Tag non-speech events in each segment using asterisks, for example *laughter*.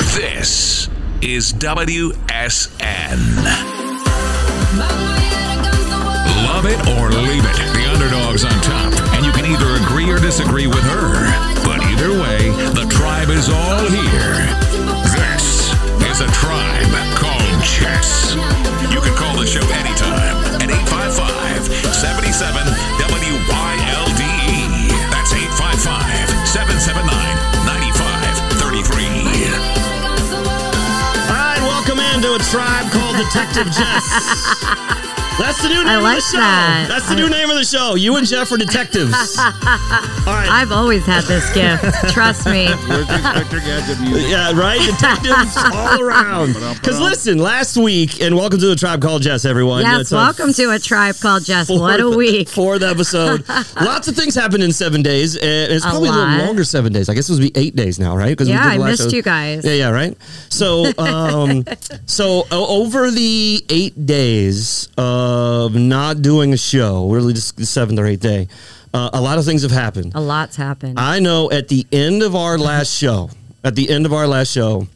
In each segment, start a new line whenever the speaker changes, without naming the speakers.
This is WSN. Love it or leave it. The underdog's on top. And you can either agree or disagree with her. But either way, the tribe is all here. This is a tribe called Chess. You can call the show anytime at 855 77 WYLDE. E. That's 855 779 9533.
All right, welcome into a tribe called Detective Jess.
*laughs*
That's the new name
like
of the show.
that.
That's the new name of the show. You and Jeff are detectives.
*laughs*
All right.
I've always had this gift. Trust me.
Where's the Inspector Gadget music?
yeah, right? Detectives all around. Because listen, last week, and welcome to the Tribe Called Jess, everyone.
Yes,
That's our
welcome to a tribe called Jess. What a
fourth-
week.
Fourth
*laughs*
episode. Lots of things happened in seven days, and it's
A
probably a
lot.
little longer seven days. I guess it would be eight days now, right? 'Cause we
Yeah,
did
I
the last
missed
show-
you guys.
Yeah, yeah, right.
*laughs*
So, um, so o- over the eight days of not doing a show, really just the seventh or eighth day, uh, a lot of things have happened.
A lot's happened.
I know at the end of our last show, at the end of our last show,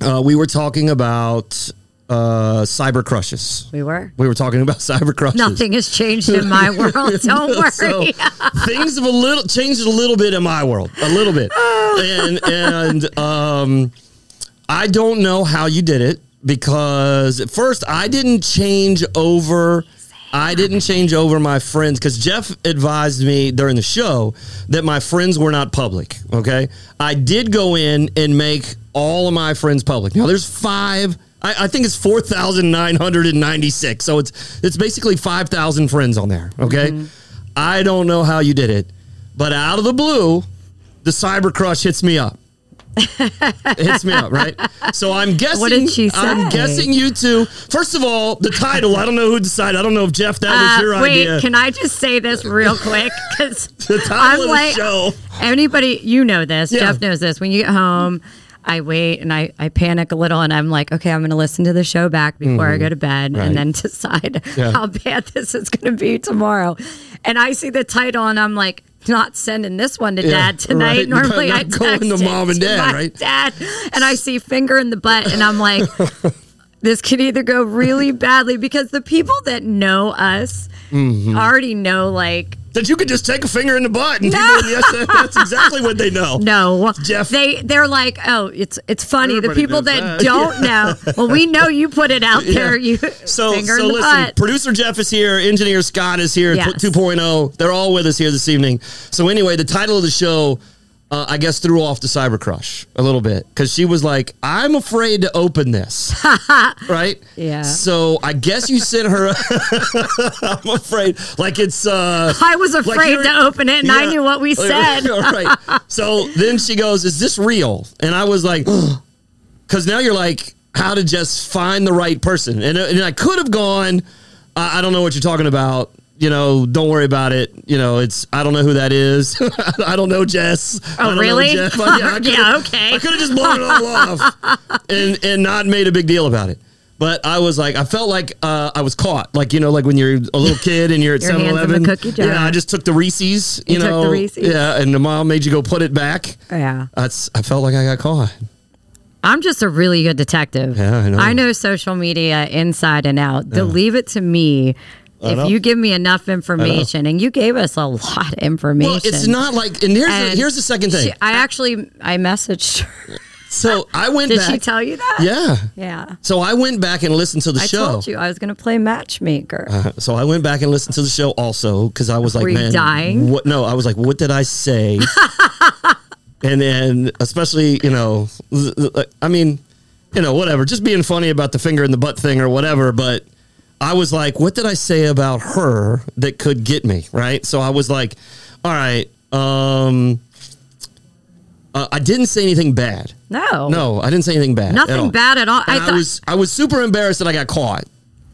uh, we were talking about uh, cyber crushes.
we were.
We were talking about *laughs* cyber crushes.
Nothing has changed in my world. *laughs* Don't worry.
*laughs* So things have a little changed a little bit in my world, a little
*laughs*
bit,
Oh.
and and um, I don't know how you did it because at first I didn't change over. I didn't change over my friends because Jeff advised me during the show that my friends were not public. Okay, I did go in and make all of my friends public. Now there's five. I, I think it's four thousand nine hundred and ninety six. So it's it's basically five thousand friends on there. Okay, I don't know how you did it, but out of the blue, the cyber crush hits me up. It hits me up, right? So I'm guessing.
*laughs* What did she
I'm
say?
guessing you two. First of all, the title. I don't know who decided. I don't know if Jeff that
Uh,
was your
wait,
idea.
can I just say this
*laughs*
real quick? Because
the title
I'm
of the
like,
show.
anybody, you know this.
Yeah.
Jeff knows this. When you get home, I wait and I, I panic a little and I'm like, okay, I'm going to listen to the show back before I go to bed
Mm-hmm. Right.
and then *laughs* decide
Yeah.
how bad *laughs* this is going to be tomorrow. And I see the title and I'm like, not sending this one to
Yeah,
dad tonight.
right.
Normally,
Not
I text
going to
it
mom and
to
dad,
my
right?
Dad, and I see finger in the butt, and
*laughs*
I'm like, this could either go really badly because the people that know us
Mm-hmm.
already know, like,
That you could just take a finger in the butt. And people, yes, that- that's exactly what they
*laughs*
know.
No,
Jeff.
They they're like, oh, it's it's funny.
Everybody
the people
does
that,
that.
don't
*laughs*
know. Well, we know you put it out there. You
So,
finger
so
in the
listen,
butt.
producer Jeff is here, engineer Scott is here,
Yes.
2.0. They're all with us here this evening. So, anyway, the title of the show, uh, I guess, threw off the Cyber Crush a little bit because she was like, I'm afraid to open
*laughs*
this. right?
Yeah.
So, I guess you sent her, *laughs* I'm afraid, like it's. uh
I was afraid
you're-
to open it, and I
Yeah.
knew what we
Like, *laughs*
said.
all right.
*laughs*
So then she goes, "Is this real?" And I was like, "Because now you're like, how to just find the right person?" And uh, and I could have gone, I, "I don't know what you're talking about." You know, don't worry about it. You know, it's I don't know who that is. *laughs* I don't know Jess. I
Oh,
don't know
really?
Jeff. *laughs*
*laughs*
I- I could've-
Yeah, okay.
I could have just blown it all off and and not made a big deal about it. But I was like, I felt like uh, I was caught. Like you know, like when you're a little kid and you're at
Your hands in
7
the
Eleven.
cookie jar.
Yeah, I just took the Reese's. You,
You took
know,
the Reese's.
yeah, and the mom made you go put it back.
Yeah,
That's I felt like I got caught.
I'm just a really good detective.
Yeah, I know.
social media inside and out. De- Leave it to me.
know.
If you give me enough information, and you gave us a lot of information.
Well, it's not like, and here's the,
And
here's the second thing.
She, I actually I
*laughs*
messaged her.
so I went
Did
back.
she tell you that?
yeah.
Yeah.
So I went back and listened to the
I
show. Uh,
told you I was going to play matchmaker.
So I went back and listened to the show also because I was like,
Were you
man,
dying?
what? No, I was like, what did I
*laughs*
say? and then, especially, you know, I mean, you know, whatever, just being funny about the finger in the butt thing or whatever. But I was like, what did I say about her that could get me? Right. So I was like, all right, um, uh, I didn't say anything bad.
no.
No, I didn't say anything bad. at
Nothing
all.
bad at all. I
And I
thought-
was I was super embarrassed that I got caught.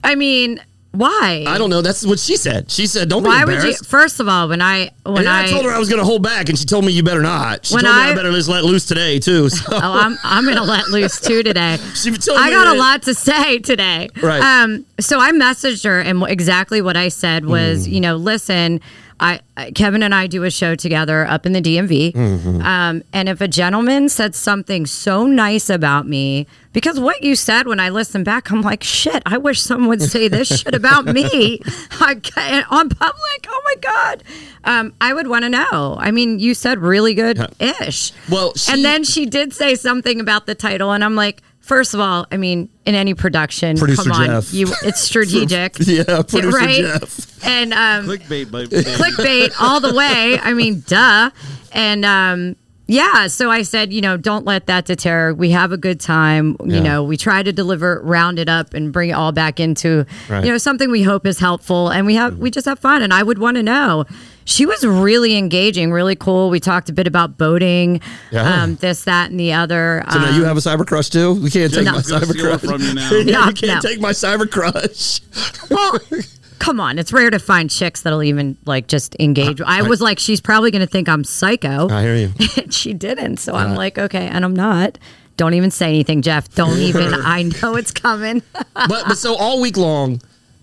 I mean, why?
I don't know. That's what she said. She said, "Don't be
Why would you?
embarrassed."
First of all, when I when
and then I,
I,
told her I was going to hold back, and she told me you better not. She
When
told me I
I-
better just let loose today too. *laughs* So
oh, I'm I'm gonna let loose too today.
*laughs* she told
I
me
got
that-
a lot to say today.
Right. Mm.
Um. So I messaged her, and wh- exactly what I said was, you know, listen. I I- Kevin and I do a show together up in the DMV.
Mm-hmm.
Um, and if a gentleman said something so nice about me, because what you said when I listened back, I'm like, shit, I wish someone would say this
*laughs*
shit about me *laughs* I, ca- on public. Oh my God. Um, I would want to know. I mean, you said really good ish.
Well, she-
and then she did say something about the title, and I'm like, First of all, I mean, in any production,
Producer
come on,
Jeff.
you it's
*laughs*
strategic.
Yeah, producer
right?
Jeff.
And um,
Clickbait, but
clickbait all the way. I mean, duh. And um, yeah, so I said, you know, don't let that deter. We have a good time. You
Yeah.
know, we try to deliver, round it up, and bring it all back into
Right.
you know something we hope is helpful. And we have we just have fun. And I would want to know. She was really engaging, really cool. We talked a bit about boating,
Yeah.
um, this, that, and the other.
So now you
Um,
have a cyber crush too. We can't take
No.
my
Go
cyber
steal it
crush
from you now.
*laughs* yeah,
No,
you can't
no.
take my cyber crush.
Well, come on, it's rare to find chicks that'll even like just engage. I, was like, she's probably going to think I'm psycho.
*laughs* I hear you.
*laughs* And she didn't. So I'm like, okay, and I'm not. Don't even say anything, Jeff. *laughs* Don't even. I know it's coming. *laughs*
but but so all week long,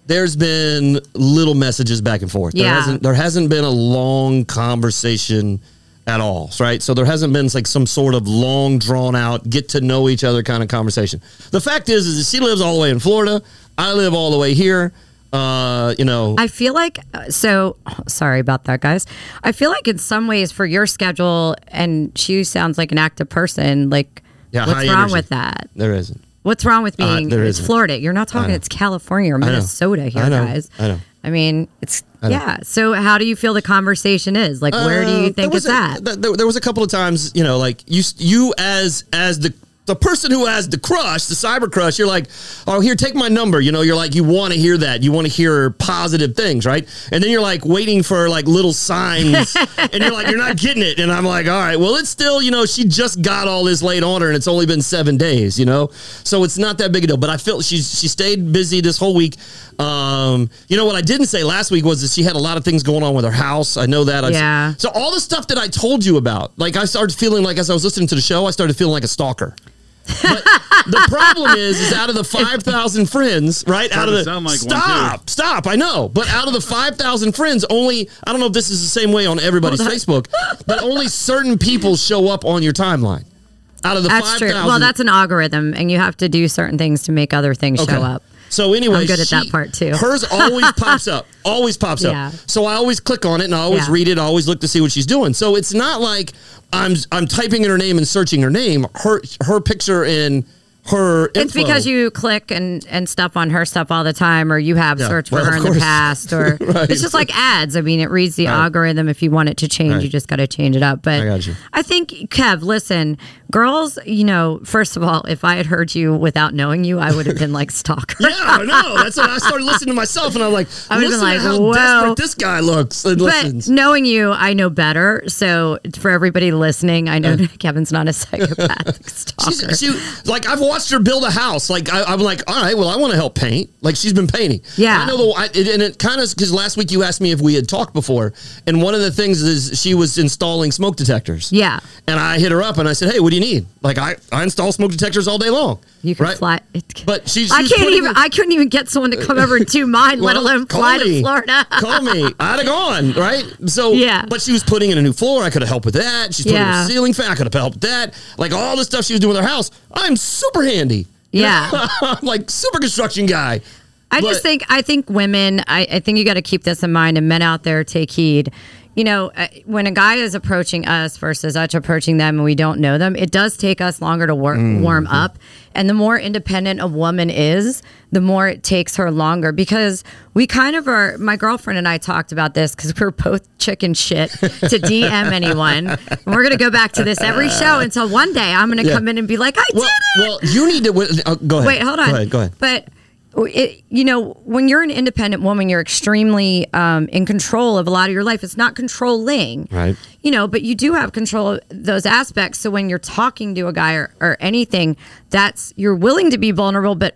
there's been little messages back and forth. There
Yeah.
hasn't there hasn't been a long conversation at all, right? So there hasn't been like some sort of long drawn out get to know each other kind of conversation. The fact is is that she lives all the way in Florida. I live all the way here. Uh, you know,
I feel like uh, so oh, sorry about that, guys. I feel like in some ways for your schedule, and she sounds like an active person. Like,
Yeah,
what's
high
wrong
energy.
with that?
there isn't.
What's wrong with
Uh,
being?
there
it's
isn't.
Florida. You're not talking. It's California or
know.
Minnesota here,
I know.
guys.
I know.
I mean, it's yeah. So how do you feel the conversation is? Like, where do
Uh,
you
there
think
was
it's
a,
at?
th- There, there was a couple of times, you know, like you, s- you as as the the person who has the crush, the cyber crush, you're like, oh, here, take my number. You know, you're like, you want to hear that, you want to hear positive things, right? And then you're like waiting for like little signs, and you're like, you're not getting it. And I'm like, all right, well, it's still, you know, she just got all this laid on her, and it's only been seven days, you know, so it's not that big a deal. But I feel she's she stayed busy this whole week. Um, you know what I didn't say last week was that she had a lot of things going on with her house. I know that. I
Yeah.
so all the stuff that I told you about, like I started feeling like as I was listening to the show, I started feeling like a stalker.
*laughs*
But the problem is, is out of the five thousand friends, right? Out of
to
the
sound like one, too.
stop, stop. I know, but out of the five thousand friends, only I don't know if this is the same way on everybody's Facebook, but only certain people show up on your timeline. Out of the
That's
five
true.
thousand,
Well, that's an algorithm, and you have to do certain things to make other things show up.
So anyway,
I'm good at that part, too.
Hers
*laughs*
always pops up, always pops
Yeah.
up. So I always click on it and I always
Yeah.
read it. I always look to see what she's doing. So it's not like I'm I'm typing in her name and searching her name. Her her picture and her.
It's
info.
because you click and, and stuff on her stuff all the time, or you have
Yeah.
searched
Well,
for
of
her in the
course.
past, or
*laughs* Right.
it's just like ads. I mean, it reads the algorithm. If you want it to change, you
Right.
just got to change it up. But
I got you.
I think, Kev, listen, girls, you know, first of all, if I had heard you without knowing you, I would have
*laughs*
been like stalker.
Yeah, I know. That's what I started listening to myself, and I'm like,
*laughs* I would've been
listen
like,
to how
whoa.
desperate this guy looks and
*laughs* But
listens.
knowing you, I know better. So for everybody listening, I know *laughs* Kevin's not a psychopathic stalker.
She's, she like I've watched her build a house. Like I, I'm like, all right, well, I want to help paint. Like she's been painting.
Yeah.
I know the I, it- and it kind of because last week you asked me if we had talked before, and one of the things is she was installing smoke detectors.
Yeah.
and I hit her up and I said, hey, what do you need? Like I, I install smoke detectors all day long.
You can
right?
fly. It,
But she-
I
she's
can't
putting
even.
it-
I couldn't even get someone to come over and do mine, let
Well,
alone
call
fly to
me.
Florida.
*laughs* Call me. I'd have gone, right? So,
Yeah.
But she was putting in a new floor. I could have helped with that. She's putting in
Yeah.
a ceiling fan. I could have helped with that. Like all the stuff she was doing with her house. I'm super handy. You
Yeah. *laughs*
know? I'm *laughs* like super construction guy.
I
But-
just think I think women. I, I think you got to keep this in mind, and men out there take heed. You know, uh, when a guy is approaching us versus us approaching them, and we don't know them, it does take us longer to wor-
Mm-hmm.
warm up. And the more independent a woman is, the more it takes her longer because we kind of are. My girlfriend and I talked about this because we're both chicken shit
*laughs*
to DM anyone. And we're gonna go back to this every show until one day I'm gonna
Yeah.
come in and be like, I did
Well,
it.
well, you need to uh, go ahead.
Wait, hold on.
Go ahead. Go ahead.
But oh, it, you know, when you're an independent woman, you're extremely um, in control of a lot of your life. It's not controlling,
Right.
You know, but you do have control of those aspects. So when you're talking to a guy or, or anything, that's you're willing to be vulnerable, but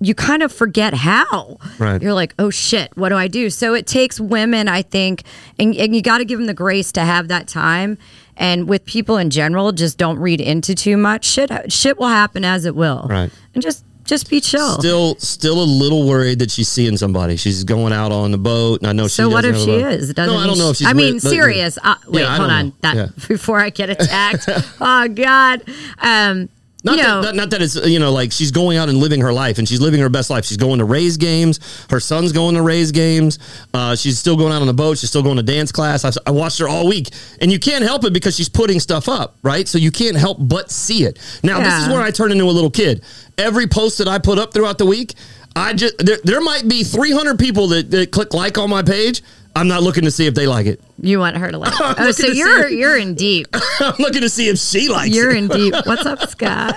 you kind of forget how.
Right.
You're like, oh shit, what do I do? So it takes women, I think, and, and you got to give them the grace to have that time. And with people in general, just don't read into too much. Shit, shit will happen as it will.
Right.
And just Just be chill.
Still, still a little worried that she's seeing somebody. She's going out on the boat, and I know she.
so what
doesn't
if
have a
she
boat.
is? It doesn't
no, I
mean
don't know if
she-
she's.
I mean,
with- but-
serious. Uh, wait,
I
hold
don't
on.
know.
That
Yeah.
*laughs* before I get attacked. *laughs* oh God. Um,
Not,
you know,
that, not, not that it's you know like she's going out and living her life, and she's living her best life. She's going to Rays games. Her son's going to Rays games. Uh, she's still going out on the boat. She's still going to dance class. I've, I watched her all week, and you can't help it because she's putting stuff up, right? So you can't help but see it. Now this is
Yeah.
where I turn into a little kid. Every post that I put up throughout the week, I just there, there might be 300 people that, that click like on my page. I'm not looking to see if they like it. *laughs*
you want her to like. oh,
looking
so
to see
you're
it.
you're in
*laughs*
deep.
I'm looking to see if she likes
You're
it.
in deep. What's up, Scott?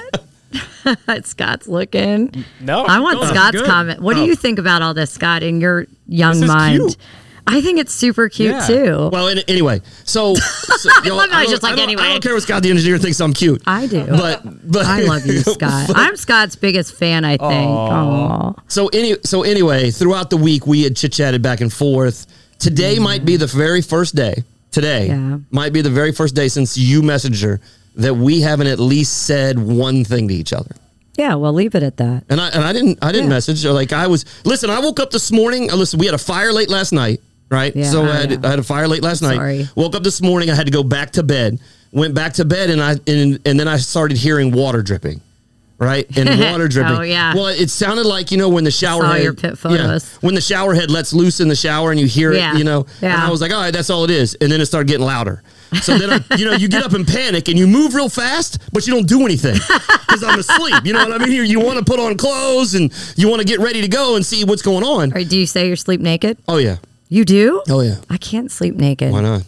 *laughs* Scott's looking.
Oh,
No,
I want
no, it's
Scott's
good.
comment. What do
Oh.
you think about all this, Scott, in your young
This is
mind?
cute.
I think it's super cute
Yeah.
too.
Well, an- anyway,
*laughs*
so, so yo,
love how he's
don't-
just like,
I don't-
anyway.
I don't care what Scott the engineer thinks I'm cute,
I do.
but but
I
*laughs*
love you, Scott. I'm Scott's biggest fan, I think. Oh,
so any so anyway, throughout the week we had chit chatted back and forth. Today might be the very first day. Today
Mm-hmm. Yeah.
might be the very first day since you messaged her that we haven't at least said one thing to each other.
Yeah, well, leave it at that.
And I and I didn't I didn't
Yeah.
message her. Like I was listen, I woke up this morning. uh, Listen, we had a fire late last night, right?
Yeah,
so
I
I had,
know.
I had a fire late last night.
Sorry.
Woke up this morning, I had to go back to bed. Went back to bed and I and, and then I started hearing water dripping. Right?
*laughs*
And water dripping.
Oh, yeah.
Well, it sounded like, you know, when the shower
Saw
head,
your pit
yeah,
photos.
when the shower head lets loose in the shower and you hear
Yeah.
it, you know. And
Yeah.
I was like, all right, that's all it is. And then it started getting louder. So then, I, you know, you get up and panic and you move real fast, but you don't do anything because I'm asleep. You know what I mean? You, you want to put on clothes and you want to get ready to go and see what's going on.
All right, do you say you're sleep naked?
Oh, yeah.
You do?
Oh, yeah.
I can't sleep naked.
Why not?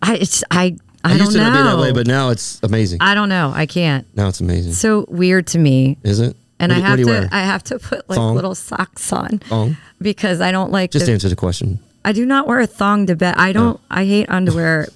I it's I
I,
I, don't
used to
know.
not be that way, but now it's amazing.
I don't know. I can't.
now it's amazing.
So weird to me.
is it?
And
What
I
do- what
have
do
to
you wear?
I have to put like
Thong?
little socks on
Thong?
because I don't like
Just
the-
answer the question.
I do not wear a thong to bed. I don't I hate underwear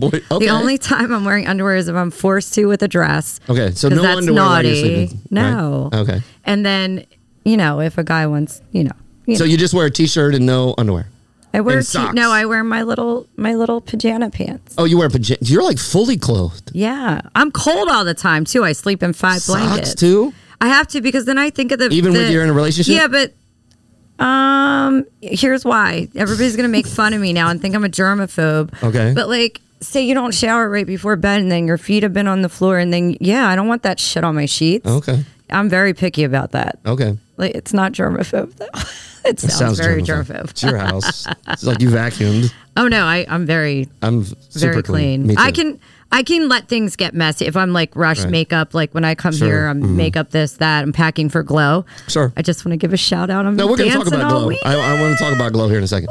*laughs* boy, okay.
The only time I'm wearing underwear is if I'm forced to with a dress.
Okay, so
'cause
no
that's
underwear while you're
naughty.
sleeping,
No.
right? Okay.
And then, you know, if a guy wants, you know, you
So
know.
you just wear a t shirt and no underwear.
I wear
and
te-
socks.
no, I wear my little my little pajama pants.
Oh, you wear pajamas. You're like fully clothed.
Yeah. I'm cold all the time too. I sleep in five blankets.
Socks too?
I have to because then I think of the
Even
the,
when you're in a relationship?
Yeah, but um, here's why everybody's gonna make fun of me now and think I'm a germaphobe.
Okay.
but like, say you don't shower right before bed and then your feet have been on the floor and then yeah, I don't want that shit on my sheets.
Okay.
I'm very picky about that.
Okay.
Like, it's not germaphobe though. *laughs* it sounds, very germaphobe.
It's your house. it's like you vacuumed.
Oh no, I I'm very
I'm super
very clean.
Me too.
I can I can let things get messy if I'm like rush
Right.
makeup. Like when I come
Sure. Mm-hmm.
here, I'm makeup this that. I'm packing for glow.
Sure.
I just want to give a shout out. I'm
No, we're going to talk
dancing
about
all
glow.
week.
I, I want to talk about glow here in a second.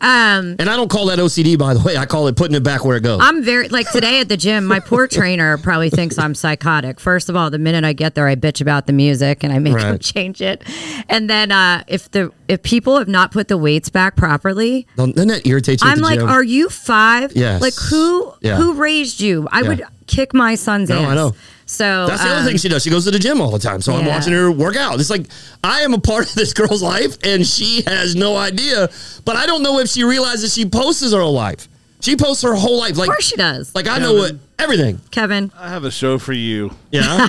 Um,
And I don't call that OCD, by the way. I call it putting it back where it goes.
I'm very like today at the gym. My
*laughs*
poor trainer probably thinks I'm psychotic. First of all, the minute I get there, I bitch about the music and I make him
Right.
*laughs* change it. And then uh, if the if people have not put the weights back properly,
Don't- Doesn't that irritate you? at
I'm
the
like,
gym?
are you five?
Yes.
Like who
Yeah.
who raised you? I
Yeah.
would kick my son's
No, I
ass.
know.
So
That's the
um,
other thing she does. She goes to the gym all the time. So I'm
Yeah.
watching her work out. It's like I am a part of this girl's life and she has no idea. But I don't know if she realizes she posts her whole life. She posts her whole life. Like
Of course she does.
like I know what everything.
Kevin,
I have a show for you.
*laughs*
Yeah.
Ah.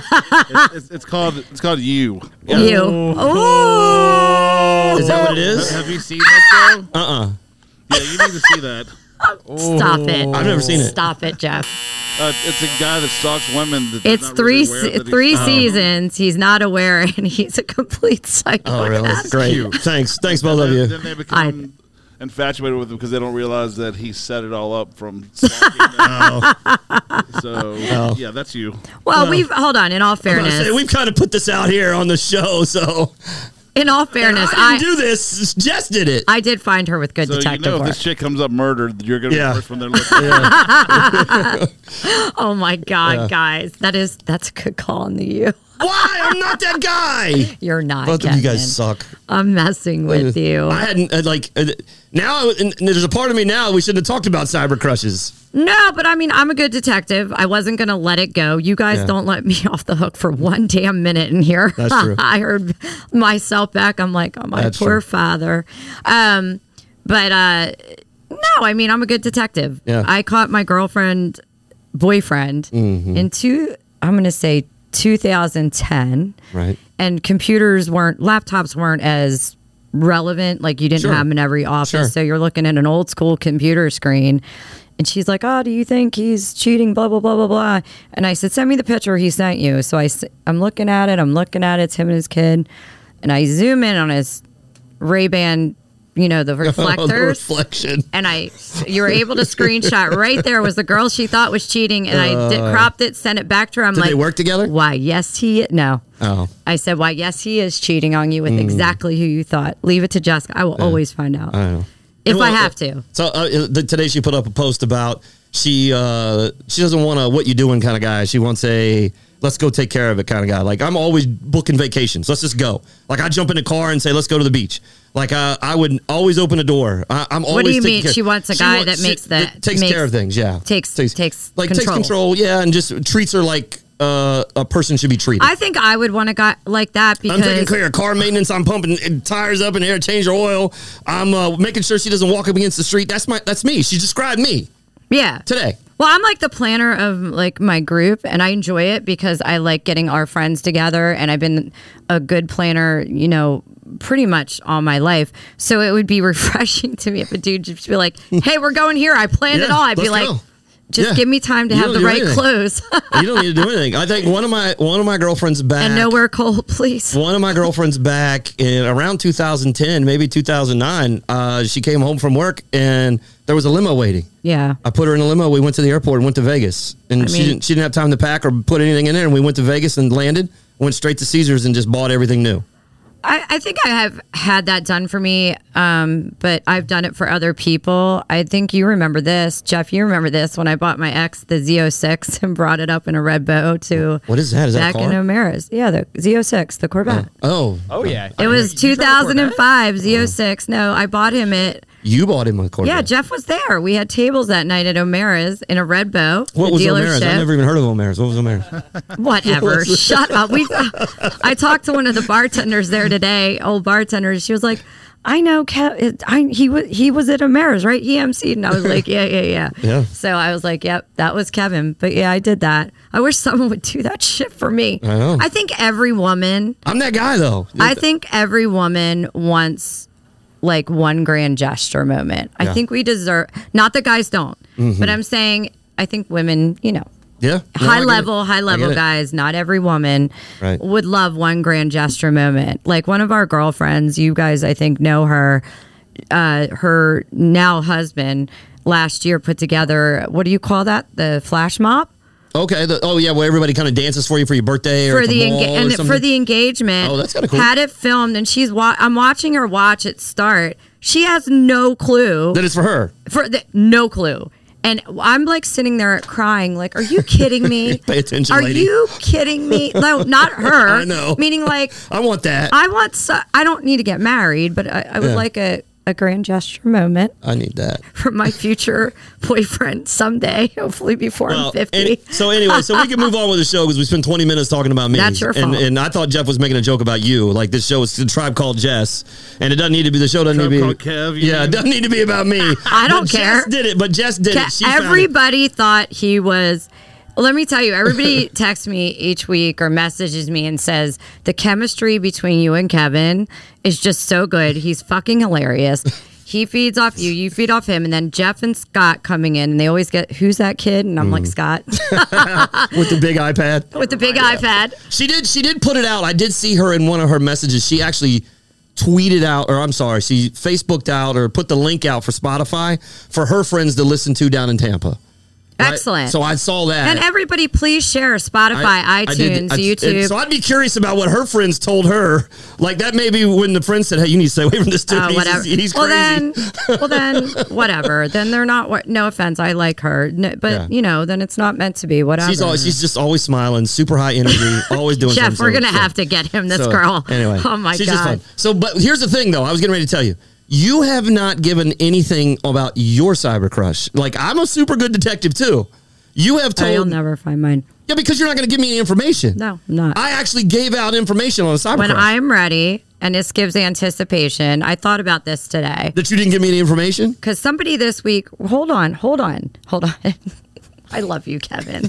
It's, it's, it's called it's called you.
you. Oh,
is that what it
Have,
is?
have you seen
*laughs*
that show? Uh uh
Uh-uh.
Yeah, you need to see that.
stop it!
I've never seen it.
Stop it, Jeff.
Uh, it's a guy that stalks women. That
It's three se- three
Oh.
seasons. He's not aware, *laughs* and he's a complete psycho.
Oh really? Great. Thanks. Thanks, both of
Then,
you.
then they become infatuated with him because they don't realize that he set it all up
*laughs*
from. stalking
Oh.
them. So yeah, that's you.
Well, we've hold on. In all
I was gonna
fairness,
say, we've kind of put this out here on the show, so
in all fairness,
I
I
didn't do this. Jess did
*laughs*
it.
I did find her with good
So you
detective
know if
work.
this chick comes up murdered, you're gonna
Yeah.
be the first one they're looking.
oh my god, guys, that is that's a good call on the you. *laughs*
Why? I'm not that guy.
You're not.
Both of you guys
Kevin.
suck.
I'm
*laughs*
messing with you.
I hadn't uh, like uh, now. I- And there's a part of me now we shouldn't have talked about cyber crushes.
No, but I mean, I'm a good detective. I wasn't gonna let it go. You guys
Yeah.
don't let me *laughs* off the hook for one damn minute in here.
That's true.
*laughs* I heard myself back. I'm like, oh my
That's
poor
true.
father. Um, but uh, no, I mean, I'm a good detective.
Yeah. Mm-hmm.
I caught my girlfriend, boyfriend, in two. I'm gonna say 2010
Right.
and computers weren't laptops weren't as relevant like you didn't
Sure.
have them in every office
Sure.
so you're looking at an old school computer screen and she's like oh do you think he's cheating blah blah blah blah blah and i said send me the picture he sent you so i s- i'm looking at it i'm looking at it it's him and his kid and i zoom in on his ray ban you know
*laughs*
the
Oh, the
reflectors
reflection.
and I you were able to screenshot right there was the girl she thought was cheating, and I did, cropped it, sent it back to her. I'm
Uh. Did
like,
they work together?
Why? Yes, he. No.
Oh.
I said, why? Yes, he is cheating on you with
Mm.
exactly who you thought. Leave it to Jessica. I will always find out
I know.
if
Uh, Well,
I have to.
So uh, the, today she put up a post about she uh, she doesn't want a what you doing kind of guy. She wants a let's go take care of it kind of guy. Like I'm always booking vacations. Let's just go. Like I jump in the car and say let's go to the beach. Like I I would always open the door. I, I'm always.
do you
taking
mean?
care-
She wants a guy that
she-
makes that-
takes
makes-
care of things. Yeah,
takes- takes
like takes
control.
control. Yeah, and just treats her like uh, a person should be treated.
I think I would want a guy like that
I'm taking
because
care of car maintenance. I'm pumping uh, tires up and air, change her oil. I'm uh, making sure she doesn't walk up against the street. That's my. That's me. She described me
yeah.
today.
Well, I'm like the planner of like my group, and I enjoy it because I like getting our friends together, and I've been a good planner, you know, pretty much all my life. So it would be *laughs* refreshing to me if a dude just be like, "Hey, we're going here. I planned it
Yeah,
all." I'd be
let's
like,
go.
"Just
Yeah.
give me time to
You
have
don't
the
do
right
anything.
clothes *laughs*
You don't need to do anything. I think one of my one of my girlfriends back
and nowhere cold, *laughs* please."
One of my girlfriends back in around 2010, maybe 2009. Uh, she came home from work and there was a limo waiting.
Yeah.
I put her in a limo. We went to the airport and went to Vegas, and
I
she
mean-
didn't she didn't have time to pack or put anything in there. And we went to Vegas and landed. Went straight to Caesars and just bought everything new.
I, I think I have had that done for me, um, but I've done it for other people. I think you remember this, Jeff. You remember this when I bought my ex the Z06 *laughs* and brought it up in a red bow to
What is that? Is that
back
a
in
car?
O'Mara's. Yeah, the Z06, the Corvette.
Oh,
Oh yeah.
it was
You drove a Corvette?
2005 Z06. No, I bought him it.
you bought him a Corvette.
Yeah, Jeff was there. We had tables that night at O'Mara's in a red bow.
What
the
was
dealership.
O'Mara's? I never even heard of O'Mara's. What was O'Mara's? *laughs*
Whatever. Shut up. We. I talked to one of the bartenders there today. Old bartender. She was like, "I know. Kev, I he was he was at Amara's, right? He emceed." And I was like, "Yeah, yeah, yeah."
*laughs* Yeah.
So I was like, "Yep, that was Kevin." But yeah, I did that. I wish someone would do that *laughs* shit for me. I
know.
I think every woman.
I'm that guy though.
I think every woman wants like one grand gesture moment. I
Yeah. Mm-hmm.
think we deserve. Not that guys don't, but I'm saying I think women. You know
yeah, No, I
high
get it.
level, high level
it.
guys, not every woman
Right.
would love one grand gesture moment. Like one of our girlfriends, you guys, I think, know her. Uh, her now husband last year put together what do you call that? The flash mob
Okay. The, oh yeah. Well, everybody kind of dances for you for your birthday or
for
at
the
mall
enga-
or
and for
something.
the engagement.
Oh, that's kinda cool.
Had it filmed, and she's wa- I'm watching her watch it start. She has no clue
that it's for her.
for the, no clue. And I'm like sitting there crying, like, are you kidding
*laughs*
me?
Pay attention,
are
lady.
you kidding me? No,
*laughs*
not her.
I know.
Meaning, like,
I want that. I,
I want, so, I don't need to get married, but I, I would
Yeah.
like a, a grand gesture moment *laughs*
need that.
from my future boyfriend someday, hopefully before I'm 50.
any- so anyway, so we can move on with the show because we spent 20 minutes talking about me.
That's your
And,
fault.
and I thought Jeff was making a joke about you. Like this show is the tribe called Jess, and it doesn't need to be the show doesn't
Tribe
need to
Called
be.
Kev, you
yeah, it
mean?
doesn't need to be about me.
I don't
But
care.
Jess did it, but Jess did
Ca-
it. She found it.
everybody thought he was. Let me tell you,
*laughs*
everybody texts me each week or messages me and says the chemistry between you and Kevin is just so good. He's fucking hilarious. He feeds off you, you feed off him, and then Jeff and Scott coming in, and they always get who's that kid, and I'm
Mm. *laughs*
like Scott *laughs*
with the big iPad.
with the big iPad.
She did. She did put it out. I did see her in one of her messages. She actually tweeted out, or I'm sorry, she Facebooked out or put the link out for Spotify for her friends to listen to down in Tampa. Right?
Excellent.
So I saw that.
and everybody, please share Spotify,
I
iTunes,
did- I-
YouTube.
and So I'd be curious about what her friends told her. Like that, maybe when the friend said, "Hey, you need to stay away from this dude. *laughs*
Uh,
he's,
whatever.
he's- he's
well
crazy."
then,
*laughs*
well then, whatever. Then they're not. wor- No offense, I like her, no, but
Yeah.
you know, then it's not meant to be. Whatever.
she's always she's just always smiling, super high energy, always doing.
*laughs* Jeff,
something.
we're gonna
So-
have to get him this
so,
girl.
Anyway,
oh my
she's just
god,
fun. So, but here's the thing, though. I was getting ready to tell you. You have not given anything about your cyber crush. Like I'm a super good detective too. You have
Oh, you'll
told
never find mine.
yeah because you're not going to give me any information.
No, I'm not.
I actually gave out information on a cyber
when
crush
I am ready, and this gives anticipation. I thought about this today
that you didn't give me any information.
*laughs* because somebody this week. Hold on, hold on, hold on. I love you, Kevin.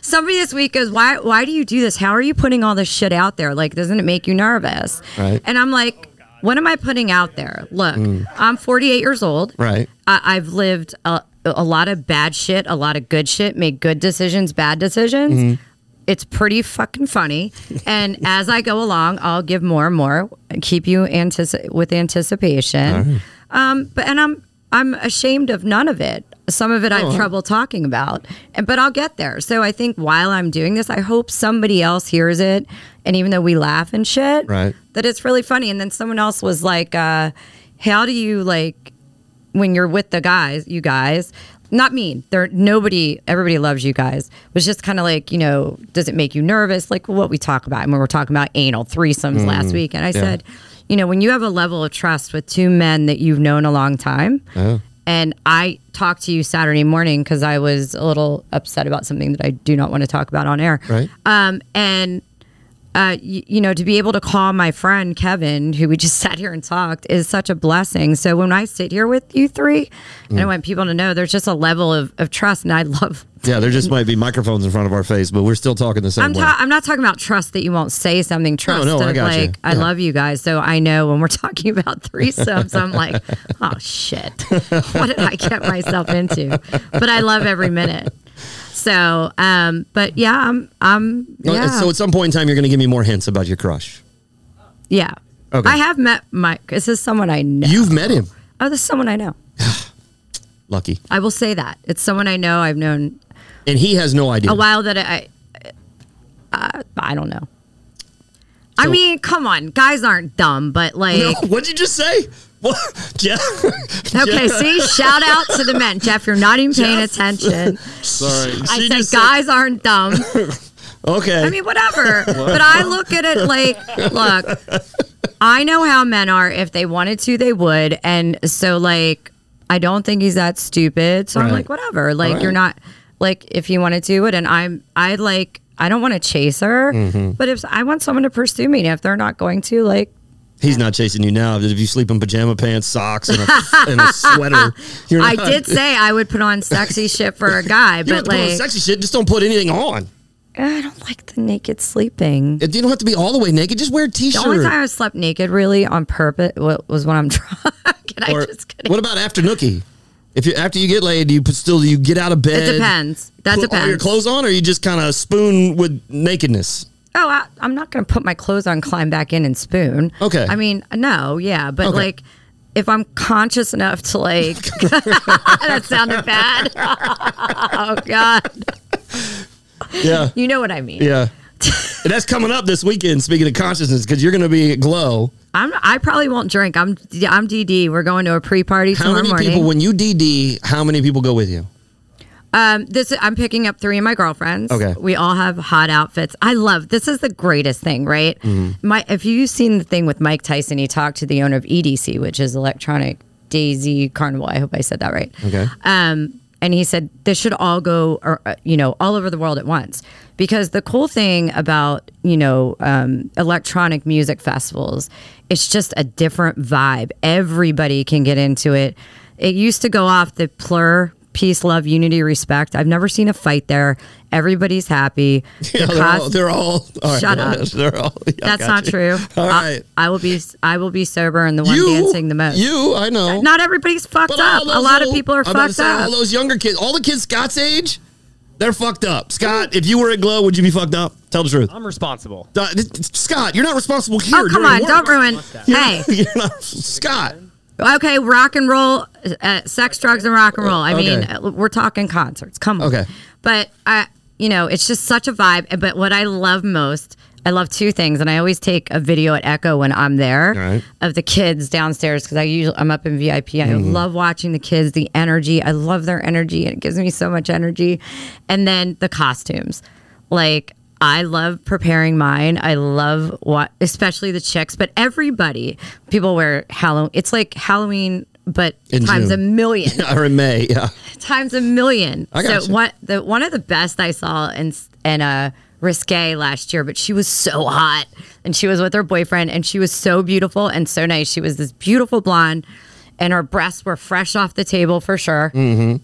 somebody this week goes, "Why? Why do you do this? How are you putting all this shit out there? Like, doesn't it make you nervous?"
Right. Mm.
And I'm like, "What am I putting out there? Look, I'm 48 years old.
Right.
I, I've lived a, a lot of bad shit, a lot of good shit, made good decisions, bad decisions."
Mm-hmm.
It's pretty fucking funny, and as I go along, I'll give more and more. Keep you antici- with anticipation, um, but and I'm I'm ashamed of none of it. Some of it I have trouble talking about, and but I'll get there. So I think while I'm doing this, I hope somebody else hears it, and even though we laugh and shit,
Right.
that it's really funny. And then someone else was like, uh, "How do you like when you're with the guys, you guys, not mean. There, nobody, everybody loves you guys. It was just kind of like, you know, does it make you nervous? Like what we talk about. And we were talking about anal threesomes last week, and I said, you know, when you have a level of trust with two men that you've known a long time, and I talked to you Saturday morning because I was a little upset about something that I do not want to talk about on air.
Right.
Um, and uh, you, you know, to be able to call my friend Kevin, who we just *laughs* sat here and talked, is such a blessing. So when I sit here with you three, and I
Mm.
want people to know there's just a level of, of trust, and I love.
Yeah, there just might be microphones in front of our face, but we're still talking the same
I'm,
way.
ta- I'm not talking about trust that you won't say something. Trust
no, I
of
got you.
like I
Yeah.
love you guys, so I know when we're *laughs* talking about threesomes, I'm
*laughs*
like, oh shit, *laughs* what did I get myself into? But I love every minute. So, um, but yeah, I'm, I'm,
No,
yeah.
So at some point in time, you're going to give me more hints about your crush.
Yeah.
Okay.
I have met Mike. This is someone I know.
You've met him.
oh, this is someone I know.
Lucky.
I will say that. It's someone I know. I've known
And he has no idea.
a while that I, I, uh, I don't know. I
So-
mean, come on. Guys aren't dumb, but
*laughs*
like,
No, what'd you just say? What? *laughs* Jeff? *laughs*
okay, see? Shout out to the men. Jeff, you're not even paying attention.
Sorry.
I
She
said
just said-
guys aren't dumb.
Okay.
I
*laughs*
mean, whatever. but I look at it like, look, I know how men are. If they wanted to, they would. And so, like, I don't think he's that stupid. So I'm
Right.
like, whatever. Like,
Right.
you're not like if he wanted to it. And I'm, I like, I don't want to chase her.
Mm-hmm.
But if I want someone to pursue me, and if they're not going to, like,
He's not chasing you now. If you sleep in pajama pants, socks,
*laughs*
and a, and a sweater, you're
I
not-
did say I would put on sexy shit for a
*laughs*
guy,
You don't have
but
to put on
like,
sexy shit. Just don't put anything on.
I don't like the naked sleeping.
You don't have to be all the way naked. Just wear a
the only time
t-shirt.
I slept naked really on purpose wa- was when I'm *laughs* drunk. and I
Or-
just couldn't
what about after nookie? If you after you get laid, you put still you get out of bed.
It depends. That
put
depends.
all your clothes on, or you just kind of spoon with nakedness.
Oh, I, I'm not going to put my clothes on, climb back in, and spoon.
Okay.
I mean, no, yeah, but
Okay.
like, if I'm conscious enough
*laughs*
to like, *laughs* that sounded bad. *laughs* oh God,
Yeah,
you know what I mean. *laughs*
yeah. and that's coming up this weekend. Speaking of consciousness, because you're going to be at Glow.
I'm. I probably won't drink. I'm. I'm DD. We're going to a pre-party
How
tomorrow
many
morning.
people, when you DD, how many people go with you?
Um, this I'm picking up three of my girlfriends.
Okay.
we all have hot outfits. I love this. Is the greatest thing, right?
Mm-hmm.
My, if you've seen the thing with Mike Tyson, he talked to the owner of EDC, which is Electronic Daisy Carnival. I hope I said that right.
Okay.
Um, and he said this should all go, or, uh, you know, all over the world at once. Because the cool thing about you know um, electronic music festivals, it's just a different vibe. Everybody can get into it. It used to go off the plur, peace, love, unity, respect. I've never seen a fight there. Everybody's happy. The
*laughs* Yeah, they're all. They're
cos-
all all right,
Shut up.
They're all. *laughs* yeah, I
that's
got
not
you.
true.
All
I-
right.
I, will be. I will be sober and the one dancing the most.
You, I know.
Not everybody's fucked
But all
up. A
those
lot of
little-
people are
I'm about to
fucked
say,
up.
All those younger kids, all the kids Scott's age, they're fucked up. Scott, if you were at Glow, would you be fucked up? Tell the truth.
I'm responsible.
Uh, th- th- Scott, you're not responsible here.
Oh, come
during
on.
work.
Don't ruin. Hey,
*laughs* You're not, Scott.
okay, rock and roll, uh, sex, drugs, and rock and roll. I mean,
Okay.
uh, we're talking concerts. Come on.
Okay.
But, I, you know, it's just such a vibe. But what I love most, I love two things. And I always take a video at Echo when I'm there
right.
of the kids downstairs because I usually, I'm up in VIP. I
Mm-hmm.
love watching the kids, the energy. I love their energy. And it gives me so much energy. And then the costumes. Like, I love preparing mine. I love what, especially the chicks, but everybody, people wear Halloween. It's like Halloween, but
In
times
June. *laughs*
a million,
Or in May, yeah.
times a million.
I
so
gotcha.
one, the one of the best I saw in in uh, risque last year, but she was so hot, and she was with her boyfriend, and she was so beautiful and so nice. She was this beautiful blonde,
Mm-hmm.
and her breasts were fresh off the table for sure.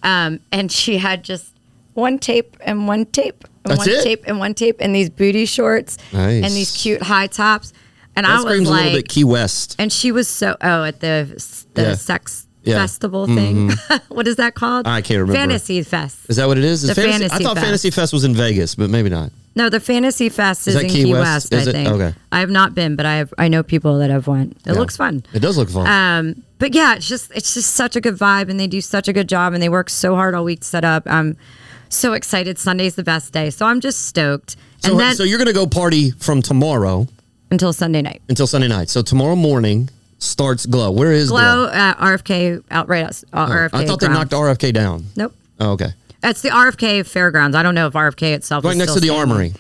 Um, and she had just one tape and one tape and
That's
one
it?
tape and one tape and these booty shorts
Nice.
and these cute high tops. And
That
I was
screams a
like,
little bit Key West.
and she was so oh at the the
Yeah.
sex
Yeah. Mm-hmm.
festival thing. *laughs* What is that called?
I can't remember.
Fantasy fest.
Is that what it is? Is
The
fantasy, I
Fantasy
thought
Fest.
Fantasy Fest was in Vegas, but maybe not.
No, the fantasy fest is,
that
in
Key
Key,
West?
West.
Is
I
it?
think.
Okay.
I have not been, but I have. I know people that have went. It
Yeah.
looks fun.
It does look fun.
Um, but yeah, it's just it's just such a good vibe, and they do such a good job, and they work so hard all week to set up. I'm so excited. Sunday's the best day, so I'm just stoked.
so,
and then
so you're going to go party from tomorrow
until Sunday night,
until Sunday night. So tomorrow morning starts Glow. Where is
glow uh, at RFK out right out, uh, RFK.
Oh, I thought they
ground.
knocked RFK down.
Nope,
Oh, okay.
that's the RFK fairgrounds. I don't know if RFK itself
Right
is
next to
still
the
standing.
Armory.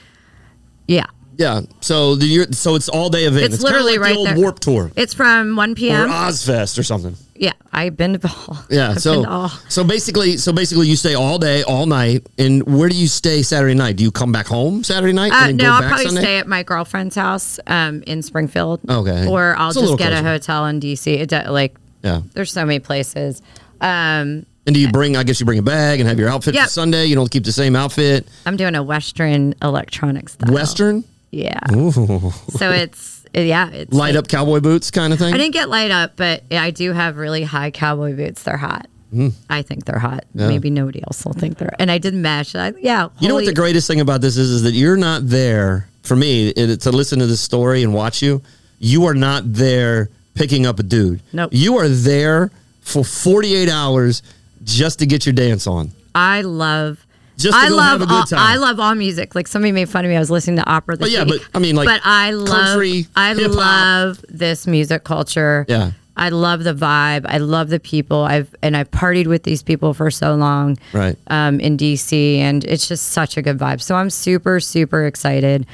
Yeah,
Yeah. So the, you're, so it's all day event.
it's,
kinda
literally
like
right
the old
there.
Warp Tour
It's from 1
or
p.m.
Ozfest or something.
yeah, I've been to all.
*laughs* Yeah.
I've
so
been to all.
so basically so basically you stay all day, all night, and where do you stay Saturday night? Do you come back home Saturday night?
Uh,
and then
no,
go
I'll
back
probably
Sunday?
stay at my girlfriend's house um, in Springfield.
Okay.
Or I'll
It's a little
just get
closer.
a hotel in DC. It, do- like,
Yeah.
there's so many places. Um,
And do you bring? I guess you bring a bag and have your outfit
Yep.
for Sunday. You don't keep the same outfit.
I'm doing a Western electronic style.
Western
Yeah. So it's, yeah. It's
light
like-
up cowboy boots kind of thing.
I didn't get light up, but I do have really high cowboy boots. They're hot.
Hmm.
I think they're hot. Maybe nobody else will think they're. And I did mesh. I, yeah.
you know what the
holy-
greatest thing about this is is that you're not there for me it, to listen to this story and watch you. You are not there picking up a dude.
Nope.
You are there for 48 hours just to get your dance on.
I love.
Just to
I
go
love
have a good
all,
time.
I love all music. Like somebody made fun of me. I was listening to opera this
But yeah,
week.
but, I mean, like,
but I love
country,
I
hip-hop.
love this music culture.
Yeah.
I love the vibe. I love the people. I've and I've partied with these people for so long.
Right.
Um, in DC, and it's just such a good vibe. So I'm super super excited.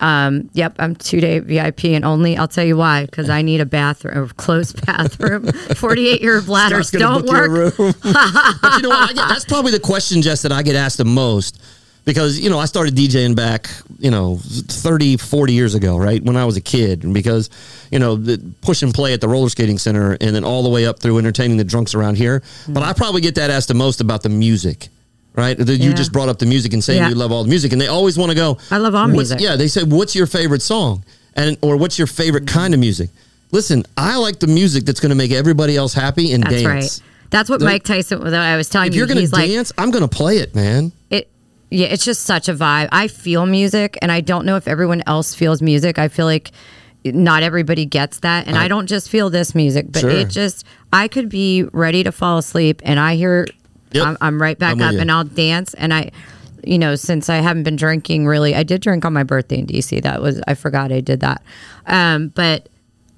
Um, yep, I'm two day VIP and only. I'll tell you why because I need a bathroom, a closed *laughs* bathroom.
*laughs*
48 year bladders don't work. *laughs*
room. but you know what? I get, that's probably the question, Jess, that I get asked the most because, you know, I started DJing back, you know, 30, 40 years ago, right? When I was a kid. And because, you know, the push and play at the roller skating center and then all the way up through entertaining the drunks around here.
Mm.
But I probably get that asked the most about the music. Right, That you
Yeah.
just brought up the music and saying
Yeah.
you love all the music, and they always want to go.
I love all
"What's-"
music.
Yeah, they say, "What's your favorite song?" and or "What's your favorite kind of music?" Listen, I like the music that's going to make everybody else happy and
That's
dance.
right. That's what Mike Tyson was. I was telling
If
you,
you're going
he's
to
like
dance, I'm going to play it, man.
it. Yeah, it's just such a vibe. I feel music, and I don't know if everyone else feels music. I feel like not everybody gets that, and I don't just feel this music, but
Sure.
it just I could be ready to fall asleep, and I hear
Yep.
I'm, I'm right
I'm
back
with
up,
you.
and I'll dance, and I. You know, since I haven't been drinking, really, I did drink on my birthday in DC. That was I forgot I did that, um, but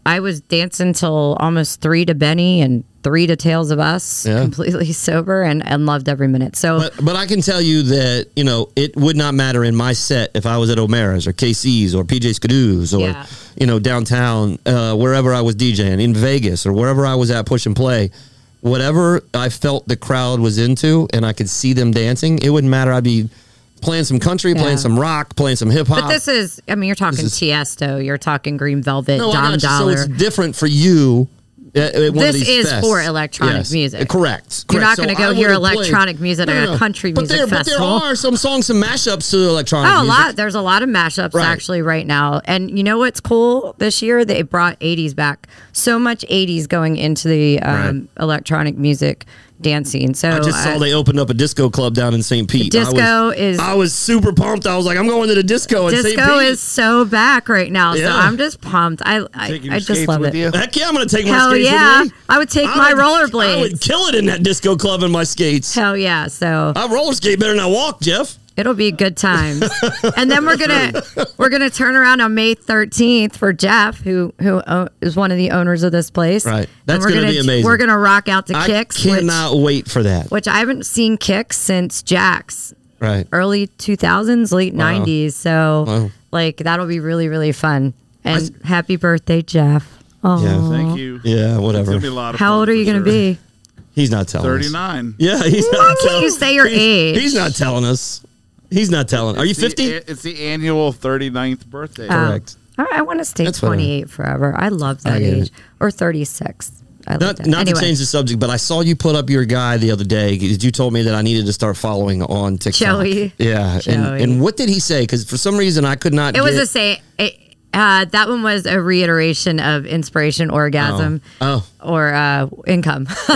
I was dancing till almost three to Benny and three to Tales of Us,
Yeah.
completely *laughs* sober, and, and loved every minute. So
But but I can tell you that you know it would not matter in my set if I was at O'Mara's or KC's or PJ Skidoo's or
Yeah.
you know downtown uh, wherever I was DJing in Vegas or wherever I was at push and play. Whatever I felt the crowd was into and I could see them dancing, it wouldn't matter. I'd be playing some country,
Yeah.
playing some rock, playing some hip hop.
Uh,
But this is, I mean, you're talking
is-
Tiesto, you're talking Green Velvet,
No, I
Dom
got you.
Dollar.
So it's different for you. at- at one of
This
these
is
fests.
for electronic music.
Uh, Correct.
You're
Correct.
not gonna
I
go hear
would've played-
electronic music at a country
but
music
there,
festival.
But there are some songs, some mashups to electronic
oh, a
music.
lot. There's a lot of mashups
Right.
actually right now. And you know what's cool this year? They brought 80s back. So much 80s going into the um, electronic music dancing. So
I just saw
uh,
they opened up a disco club down in St. Pete. I
Disco
was,
is-
I was super pumped. I was like, I'm going to the disco in St.
disco
Pete.
is so back right now.
Yeah.
So I'm just pumped. I, I,
Taking your
I just
skates
love
with
it.
you?
Heck yeah, I'm going to take my
Hell
skates
yeah.
with me.
I would take
I
my
would- I would
rollerblades.
kill it in that disco club in my skates.
Hell yeah. So
I roller skate better than I walk, Jeff.
It'll be
*laughs*
good times. and then we're gonna we're gonna turn around on May 13th for Jeff, who who o- is one of the owners of this place.
Right.
And
That's
we're
gonna be amazing.
We're gonna rock out to
I
Kicks, which,
cannot wait for that.
which I haven't seen Kicks since Jack's
Right.
early 2000s, late 90s. So like that'll be really really fun. And happy birthday, Jeff. Oh,
Thank you.
Yeah,
It's
whatever.
gonna be a lot of
how
fun
old are
for
you gonna
sure.
be?
He's not telling us.
39.
Yeah, he's not
Why
telling
can't you say your
he's,
age?
He's not telling us. He's not telling. Are you
It's the-
50?
It's the annual 39th birthday.
Oh.
Correct.
I, I want to stay
That's fine.
28 forever. I love that
get
age.
it.
Or 36. I love
Not,
that.
not
anyway,
to change the subject, but I saw you put up your guy the other day. 'cause You told me that I needed to start following on TikTok.
Joey.
Yeah. And,
Joey.
and what did he say? Because for some reason I could not.
it was
get-
the same. It, uh, that one was a reiteration of inspiration, orgasm,
Oh.
or uh, income. *laughs*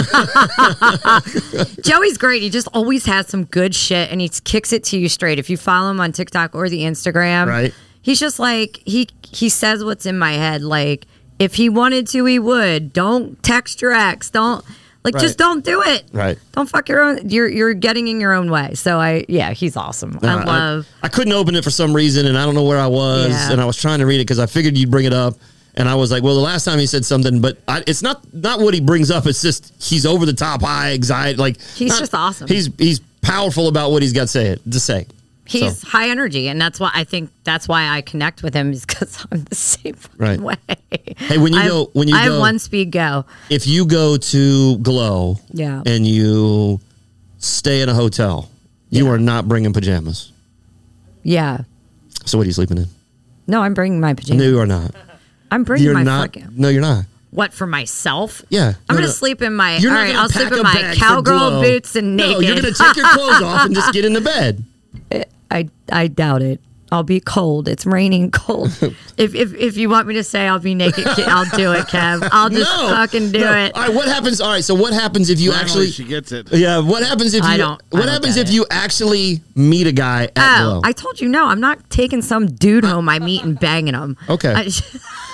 Joey's great. He just always has some good shit, and he kicks it to you straight. If you follow him on TikTok or the Instagram,
Right.
He's just like he he says what's in my head. Like if he wanted to, he would. Don't text your ex. Don't like
Right.
just don't do it.
Right.
Don't fuck your own. You're you're getting in your own way. So I yeah, he's awesome. I
Uh,
love.
I, couldn't open it for some reason, and I don't know where I was,
Yeah.
and I was trying to read it because I figured you'd bring it up, and I was like, well, the last time he said something, but I, it's not not what he brings up. It's just he's over the top, high anxiety, like
He's
not-
just awesome.
He's he's powerful about what he's got to say to say.
He's
So,
high energy, and that's why I think that's why I connect with him is because *laughs* I'm the same
Right.
fucking way.
hey, when you
I,
go when you
I
go
have one speed go.
if you go to Glow,
Yeah.
and you stay in a hotel, you are not bringing pajamas.
Yeah.
So what are you sleeping in?
No, I'm bringing my pajamas.
No, you are not.
I'm bringing
You're
my
not.
fucking
No, you're not.
what for myself.
Yeah,
I'm
no,
gonna
no.
sleep in my.
You're
all
not
right,
gonna
I'll sleep
pack
in
a
my
bag for
cowgirl
Glow.
boots and naked.
No, you're gonna take your clothes off and just get
*laughs*
into bed.
I I doubt it. I'll be cold. It's
*laughs*
raining cold. if, if if you want me to say I'll be naked, Ke- I'll do it, Kev. I'll just
no,
fucking do
no.
it.
All right, what happens? All right, so what happens if you
Finally,
actually?
she gets it.
yeah, what happens if
I
you?
don't- I
what
don't
happens
get
if
it.
you actually meet a guy at
Oh,
Glow?
I told you no. I'm not taking some dude home I meet and banging him.
Okay.
I-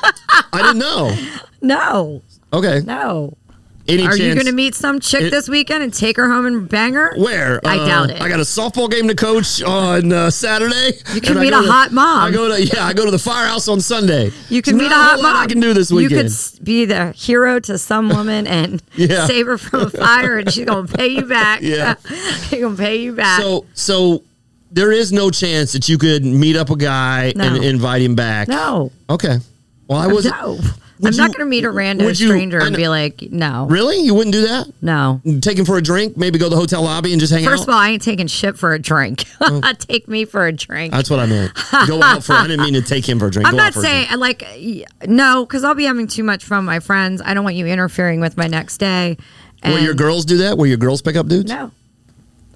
I didn't know.
*laughs* no,
Okay,
*laughs* no.
any
Are
chance?
you going to meet some chick
It-
this weekend and take her home and bang her?
Where
I
Uh,
doubt it.
I got a softball game to coach on uh, Saturday. You
can meet a hot mom.
I go to yeah, I go to the firehouse on Sunday.
You can
There's
meet a
not
hot
whole lot
mom.
I can do this weekend.
You could s- be the hero
*laughs*
to some woman and
Yeah.
save her from a fire, and she's gonna pay you back.
*laughs* Yeah.
*laughs* she's gonna pay you back.
So so there is no chance that you could meet up a guy
No.
and invite him back.
no,
Okay. Well, I was
no,
would
I'm not
you-
gonna meet a random
would you-
stranger
I
and
know-
be like, no,
Really? You wouldn't do that?
no.
Take him for a drink, maybe go to the hotel lobby and just hang
First
out.
of all, I ain't taking shit for a drink. *laughs* Take me for a drink.
That's what Oh. I meant.
*laughs*
Go out for. I didn't mean to take him for a drink.
I'm
Go out
not
for a
saying
drink.
I like y- no, because I'll be having too much fun with my friends. I don't want you interfering with my next day.
Will your
And-
girls do that? Will your girls pick up dudes?
um, No,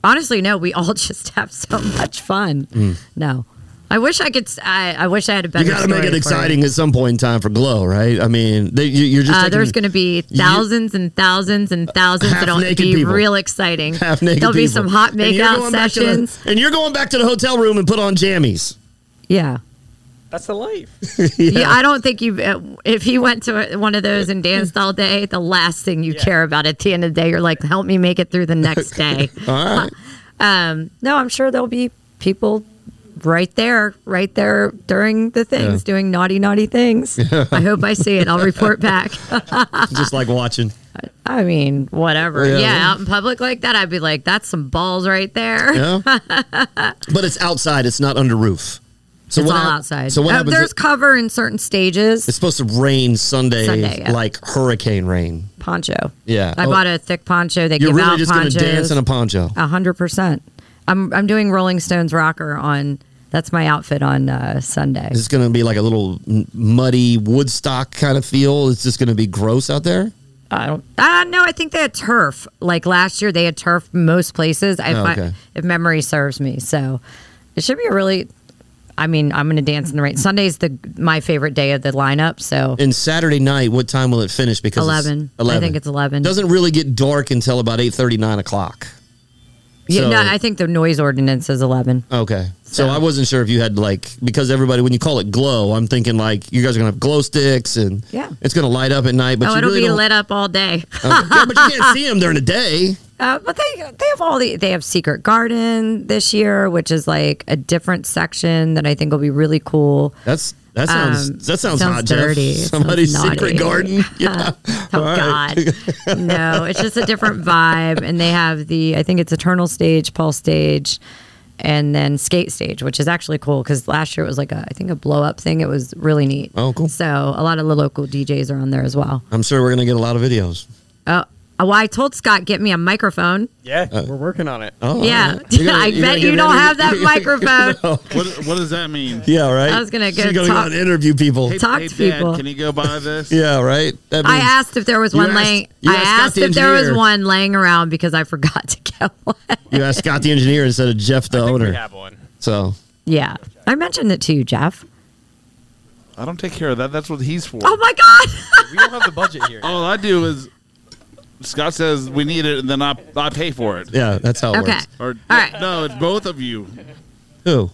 honestly, no. We all *laughs* just have so much fun. No, I wish I could. s- I, I wish I had a better.
Hmm. You got to make
story
it
for
exciting at some point in time for Glow, right? I mean, they, you, you're just
Uh,
taking-
there's going to be
you-
thousands and thousands and thousands
Half
that'll be
naked people.
real exciting.
half naked.
There'll be
people.
some hot
And you're
makeout
going back to the-
sessions.
and you're going back to the hotel room and put on jammies.
yeah.
That's the life. *laughs*
*laughs*
yeah. I don't think you. If he went to one of those and danced all day, the last thing you care about at the end of the day, you're like, help me make it through the next day.
All
*laughs*
right.
um, no, I'm sure there'll be people right there, right there during the things, doing naughty, naughty things. I hope I
*laughs*
see it. I'll report back.
just like watching.
I mean, whatever.
Yeah.
Yeah, out in public like that, I'd be like, that's some balls right there.
Yeah. but it's outside. It's not under roof. So
It's
what
all
hap-
outside.
So what
Uh,
happens?
there's
if-
cover in certain stages.
it's supposed to rain Sunday,
Sunday, yeah.
like hurricane rain.
Poncho.
Yeah.
I
Oh.
bought a thick poncho. They
You're
give
really
out
just going
ponchos.
to dance in a poncho.
A hundred percent. I'm I'm doing Rolling Stones rocker on. That's my outfit on uh, Sunday.
It's going to be like a little m- muddy Woodstock kind of feel. It's just going to be gross out there.
I don't. Uh, no, I think they had turf. Like last year, they had turf most places. I,
Oh,
fi-
okay.
if memory serves me, so it should be a really. I mean, I'm going to dance in the rain. Sunday's the my favorite day of the lineup. So
And Saturday night, what time will it finish? Because it's
11. I think it's 11.
Doesn't really get dark until about eight thirty nine o'clock.
yeah,
so-
no, I think the noise ordinance is 11.
Okay. So,
So-
I wasn't sure if you had like because everybody when you call it glow, I'm thinking like you guys are gonna have glow sticks and
Yeah.
it's gonna light up at night. But
oh,
you
it'll
really
be
don't-
lit up all day.
*laughs* Okay. yeah, but you can't see them during the day.
Uh, but they they have all the they have Secret Garden this year, which is like a different section that I think will be really cool.
That's that sounds
Um,
that sounds,
sounds
hot, *laughs*
dirty.
Jeff.
Sounds
Somebody's
naughty.
secret garden. Yeah.
*laughs* Oh
All right. *laughs*
God, no! It's just a different vibe, and they have the I think it's Eternal Stage, Pulse Stage, and then Skate Stage, which is actually cool because last year it was like a I think a blow up thing. It was really neat.
Oh, cool.
So a lot of the local DJs are on there as well.
I'm sure we're gonna get a lot of videos.
Oh, Well, I told Scott get me a microphone.
Yeah, Uh, we're working on it.
Oh, all
yeah,
right. You're gonna-
*laughs*
*laughs*
I
you're
bet
gonna get
you don't
interviewed-
have that microphone.
What, what does that mean?
Yeah, right.
I was gonna
She's
go
gonna
talk-
go and interview people.
Hey,
Talk
hey,
to
Dad,
people.
Can you go buy this?
Yeah, right. That
I
means-
asked if there was
You
one
asked-
laying.
you
I
asked Scott
asked
the
if there was
engineer.
one laying around because I forgot to get *laughs* one.
You asked Scott the engineer instead of Jeff the
I think we
owner.
have one.
So
Yeah, I mentioned it to you, Jeff.
I don't take care of that. That's what he's for.
Oh my God!
We don't have the budget
*laughs*
here.
All I do is Scott says we need it, and then I I pay for it.
yeah, that's how it
okay,
works.
Or
All right.
no, it's both of you.
Who?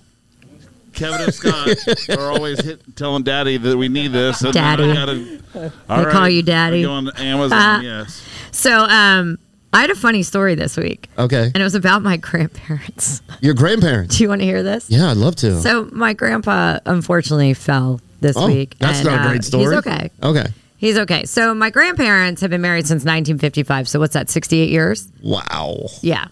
Kevin and Scott are always hit, telling Daddy that we need this. And then
Daddy.
I gotta, all
They call you Daddy.
I go on Amazon.
Uh,
yes.
so um, I had a funny story this week,
Okay,
and it was about my *laughs* grandparents.
your grandparents.
Do you want to hear this?
Yeah, I'd love to.
So my grandpa unfortunately fell this
oh,
week.
that's
and,
not
uh,
a great story.
He's okay.
Okay.
He's okay. So my grandparents have been married since 1955. So what's that? 68 years?
Wow.
Yeah.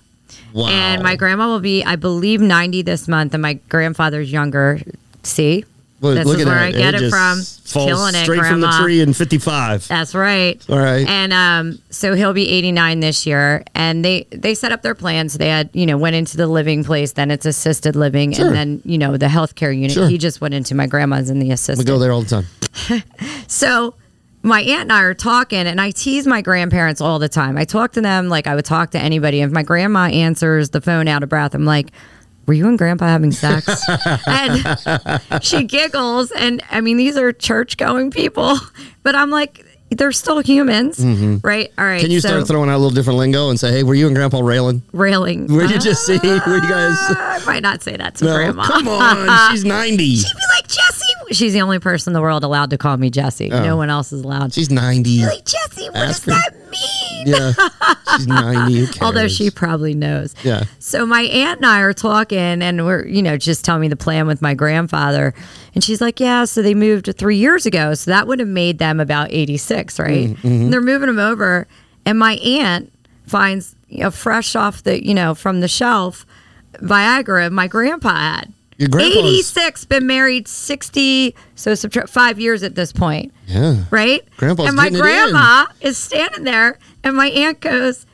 Wow.
And my grandma will be, I believe, 90 this month, and my grandfather's younger. See?
Look-
this
look
is
at
where
that.
I get
just
it, from.
Falls
Killing it,
straight
grandma.
from the tree in '55.
That's right.
All right.
And um, so he'll be 89 this year, and they they set up their plans. They had you know went into the living place, then it's assisted living,
Sure.
and then you know the healthcare unit.
Sure.
He just went into my grandma's in the
we
assisted.
go there all the time.
So my aunt and I are talking, and I tease my grandparents all the time. I talk to them like I would talk to anybody. If my grandma answers the phone out of breath, I'm like, "Were you and Grandpa
*laughs*
having sex?" and she giggles, and I mean, these are church-going people, but I'm like, they're still humans, right? All right.
Mm-hmm. Can you
so
start throwing out a little different lingo and say, "Hey, were you and Grandpa railing? *laughs*
railing?
Were you just seeing? Were you guys?"
Ah, I might not say that to
No,
Uh, Grandma.
come
*laughs*
on, she's ninety.
Be like Jesse. She's the only person in the world allowed to call me Jesse. No one else is allowed.
Oh. She's ninety.
like Jesse. What
Ask her.
does that mean?
Yeah, she's ninety. Who
Although
cares?
she probably knows.
Yeah.
So my aunt and I are talking, and we're you know just telling me the plan with my grandfather, and she's like, "Yeah, so they moved three years ago, so that would have made them about eighty six, right?
Mm, mm-hmm.
And they're moving them over, and my aunt finds you know, fresh off the you know from the shelf Viagra my grandpa had.
Your grandpa's-
eighty six, been married sixty, so subtract five years at this point
Yeah.
right?
Grandpa's
and my
getting it in.
grandma is standing there, and my aunt goes,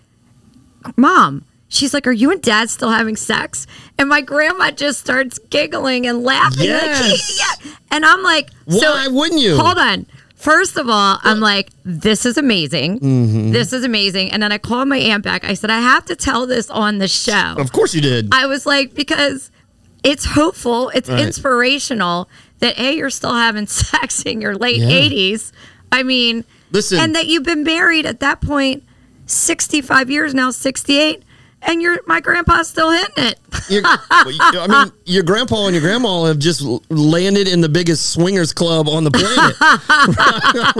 "Mom." She's like, "Are you and Dad still having sex?" And my grandma just starts giggling and laughing. like,
Yes.
"Yeah." And I'm like,
Why
so,
wouldn't you?
Hold on. First of all, I'm like, this is amazing.
Mm-hmm.
This is amazing. And then I called my aunt back. I said, I have to tell this on the show.
Of course you did.
I was like, because it's hopeful, it's
Right.
inspirational that A, you're still having *laughs* sex in your late
Yeah.
80s. I mean,
Listen.
and that you've been married at that point 65 years now, 68, and you're my grandpa's still hitting it. *laughs*
Your, well, you- I mean, your grandpa and your grandma have just l- landed in the biggest swingers club on the
*laughs*
planet, *laughs*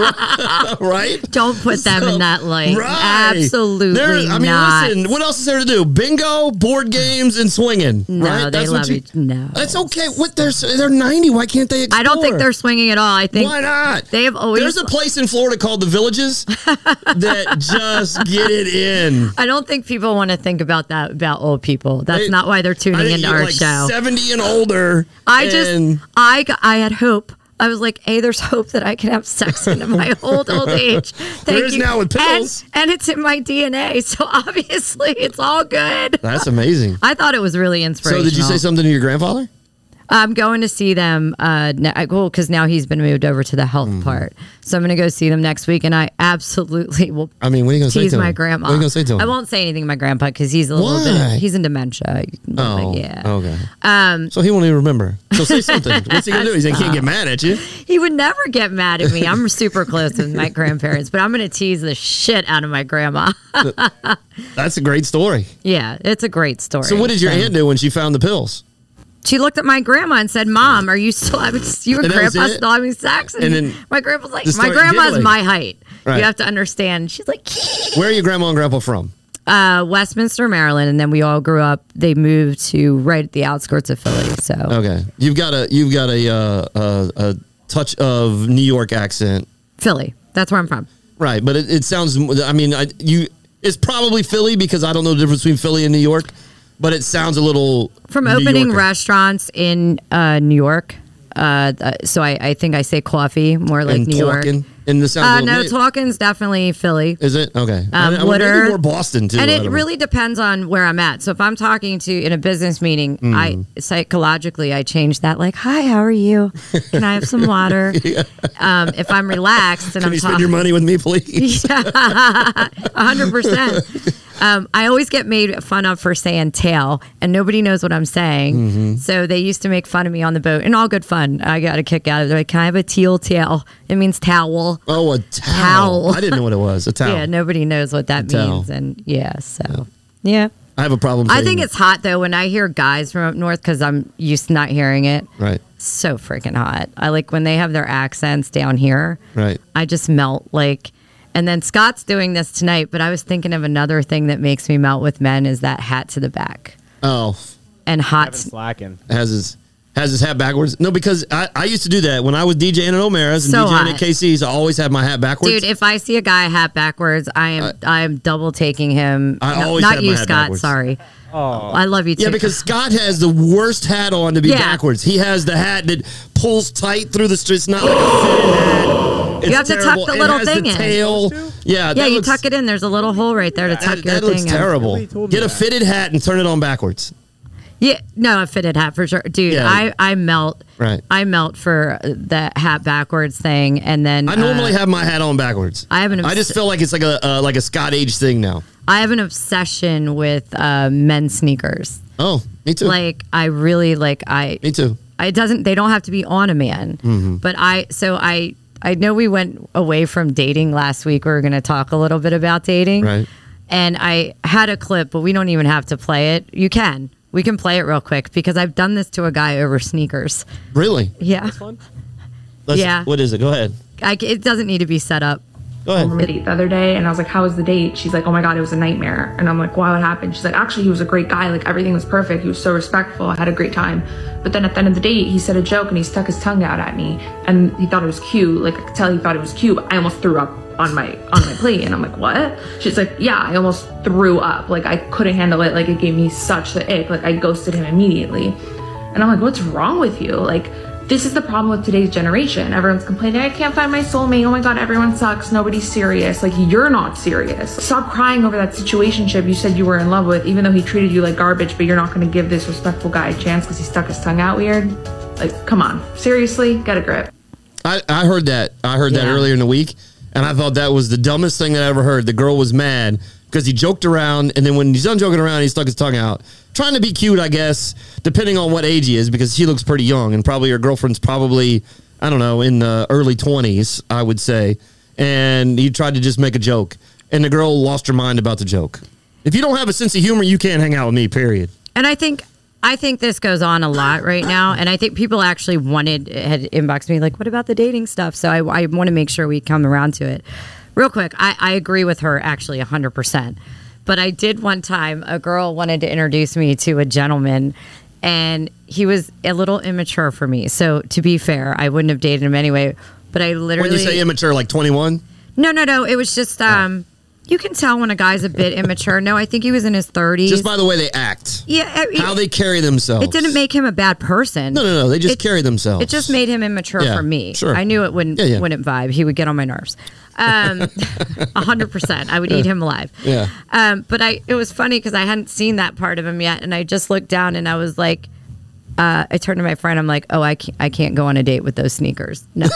right?
Don't put them in that light.
Right.
Absolutely
There- I mean,
not.
listen. What else is there to do? Bingo, board games, and swinging.
no,
right?
they
That's what
love
you-
each No.
That's okay. What they're s- they're ninety. Why can't they? Explore?
I don't think they're swinging at all. I think
Why not?
they have always.
There's a place in Florida called the Villages
*laughs*
that just get it in.
I don't think people want to think about that about old people. That's
They-
not why they're
I
tuning
think
into
you're
our
like
show.
seventy and older.
I just,
and-
I, got- I had hope. I was like, hey, there's hope that I can
*laughs*
have sex into my old old age. Thank
There is
you.
now with pills.
And, and it's in my DNA, so *laughs* obviously it's all good.
that's amazing.
I thought it was really
So
inspirational.
did you say something to your grandfather?
I'm going to see them. Uh, ne- I- well, because now he's been moved over to the health
Mm-hmm.
part, so I'm going to go see them next week, and I absolutely will.
I mean, what are you gonna say
Tease
to him?
my grandma.
What are you gonna say to him?
I won't say anything to my grandpa because he's a little
Why?
bit. He's in dementia. a little
Oh,
bit, yeah.
Okay. Um. So he won't even remember. So
*laughs*
say something. What's he gonna do? He's gonna can't get mad at you.
He would never get mad at me. I'm super close with my grandparents, but I'm going to tease the shit out of my grandma. *laughs*
That's a great story.
yeah, it's a great story.
So what did your
So-
aunt do when she found the pills?
She looked at my grandma and said, "Mom, are you still having you and
And that was
grandpa
it?
still having sex?" And,
And then
my grandpa's like,
just
"My
started
grandma's
giggling.
my height.
Right.
You have to understand." She's like,
Where are your grandma and grandpa from?
uh, "Westminster, Maryland," and then we all grew up. They moved to right at the outskirts of Philly. So
Okay. You've got a you've got a uh, a, a touch of New York accent,
Philly, that's where I'm from.
right? But it, it sounds. I mean, I, you. It's probably Philly because I don't know the difference between Philly and New York, but it sounds a little
from
New
opening
Yorker.
restaurants in uh, New York. Uh, th- so I, I think I say coffee more like
And
New York.
talking. And this sounds. a
Uh,
little
no,
neat.
Talking's definitely Philly.
Is it okay? I, I,
Woodard.
maybe more Boston too.
Um, and
I
it
don't know.
really depends on where I'm at. So if I'm talking to in a business meeting,
Hmm.
I psychologically I change that like, "Hi, how are you? Can I have some
*laughs*
water?" um, if I'm relaxed and
Can
I'm
you spend
talking,
your
*laughs*
money with me, please?
hundred percent. Um, I always get made fun of for saying tail, and nobody knows what I'm saying.
Mm-hmm.
So they used to make fun of me on the boat, and all good fun. I got a kick out of it. They're like, "Can I have a teal tail?" It means towel.
Oh, a towel.
Towel.
I didn't know what it was. A towel.
Yeah, nobody knows what that
Towel.
means, and yeah, so yeah.
I have a problem.
I
saying-
think it's hot though when I hear guys from up north because I'm used to not hearing it.
right.
So freaking hot. I like when they have their accents down here.
Right.
I just melt like. And then Scott's doing this tonight, but I was thinking of another thing that makes me melt with men is that hat to the back
Oh,
and hot.
Kevin's slacking.
has his has his hat backwards. No, because I, I used to do that when I was DJing at O'Mara's and
So
DJing at
hot.
KC's. I always had my hat backwards.
Dude, if I see a guy hat backwards, I am I am double taking him.
I always
not
had
you,
my hat
Scott.
backwards.
Sorry. Oh, I love you too.
yeah, because Scott has the worst hat on to be
Yeah.
backwards. He has the hat that pulls tight through the street. It's not like a fitted hat. It's
have to tuck
terrible.
the little
it has
thing
the
in.
tail. Yeah,
yeah,
that
you
looks,
tuck it in. There's a little hole right there to tuck
That,
your
that
thing.
looks
in.
terrible.
Nobody told me
Get a
that.
fitted hat and turn it on backwards.
Yeah, no, a fitted hat for sure, dude.
Yeah.
I I melt.
Right.
I melt for the hat backwards thing, and then
I normally
uh,
have my hat on backwards.
I have an
I just
obs-
feel like it's like a uh, like a Scott age thing now.
I have an obsession with uh, men's sneakers.
Oh, me too.
Like I really like I.
me too.
It doesn't. They don't have to be on a man,
Mm-hmm.
but I. So I. I know we went away from dating last week. We were going to talk a little bit about dating,
Right.
and I had a clip, but we don't even have to play it. You can. We can play it real quick because I've done this to a guy over sneakers.
Really?
Yeah.
This one?
Let's,
Yeah.
What is it? Go ahead.
I, c- it doesn't need to be set up.
Go ahead.
on a date the other day and I was like, How was the date? She's like, Oh my God, it was a nightmare. And I'm like, Why what happened? She's like, Actually, he was a great guy. Like, everything was perfect. He was so respectful. I had a great time. But then at the end of the date, he said a joke and he stuck his tongue out at me. And he thought it was cute. Like, I could tell he thought it was cute. I almost threw up on my on my plate and I'm like what she's like yeah I almost threw up like I couldn't handle it like it gave me such the ick like I ghosted him immediately and I'm like, what's wrong with you? Like, this is the problem with today's generation. Everyone's complaining, I can't find my soulmate. Oh my God, everyone sucks. Nobody's serious. Like, you're not serious. Stop crying over that situationship you said you were in love with, even though he treated you like garbage, but you're not going to give this respectful guy a chance because he stuck his tongue out weird. Like, come on. Seriously, get a grip.
I, I heard that. I heard that
Yeah.
earlier in the week, and I thought that was the dumbest thing that I ever heard. The girl was mad because he joked around, and then when he's done joking around, he stuck his tongue out, trying to be cute, I guess, depending on what age he is, because he looks pretty young, and probably her girlfriend's probably I don't know in the early twenties, I would say, and he tried to just make a joke, and the girl lost her mind about the joke. If you don't have a sense of humor, you can't hang out with me. Period.
And I think I think this goes on a lot right now. And I think people actually wanted had inboxed me like, "What about the dating stuff?" So I, I want to make sure we come around to it real quick. I, I agree with her actually hundred percent. But I did one time a girl wanted to introduce me to a gentleman. And he was a little immature for me. So to be fair, I wouldn't have dated him anyway. But I literally
When you say Oh. immature, like twenty one,
no, no, no. It was just um, you can tell when a guy's a bit immature. No, I think he was in his thirties.
just by the way they act,
yeah, e, I-
how they carry themselves,
it didn't make him a bad person.
No, no, no. They just
It-
carry themselves.
It just made him immature
Yeah,
for me.
sure.
I knew it wouldn't
Yeah, yeah.
wouldn't vibe. He would get on my nerves. Um, *laughs* hundred percent. I would eat him alive.
Yeah.
Um, but I it was funny because I hadn't seen that part of him yet, and I just looked down and I was like. Uh, I turned to my friend. I'm like, "Oh, I can't, I can't go on a date with those sneakers,
*laughs*
no,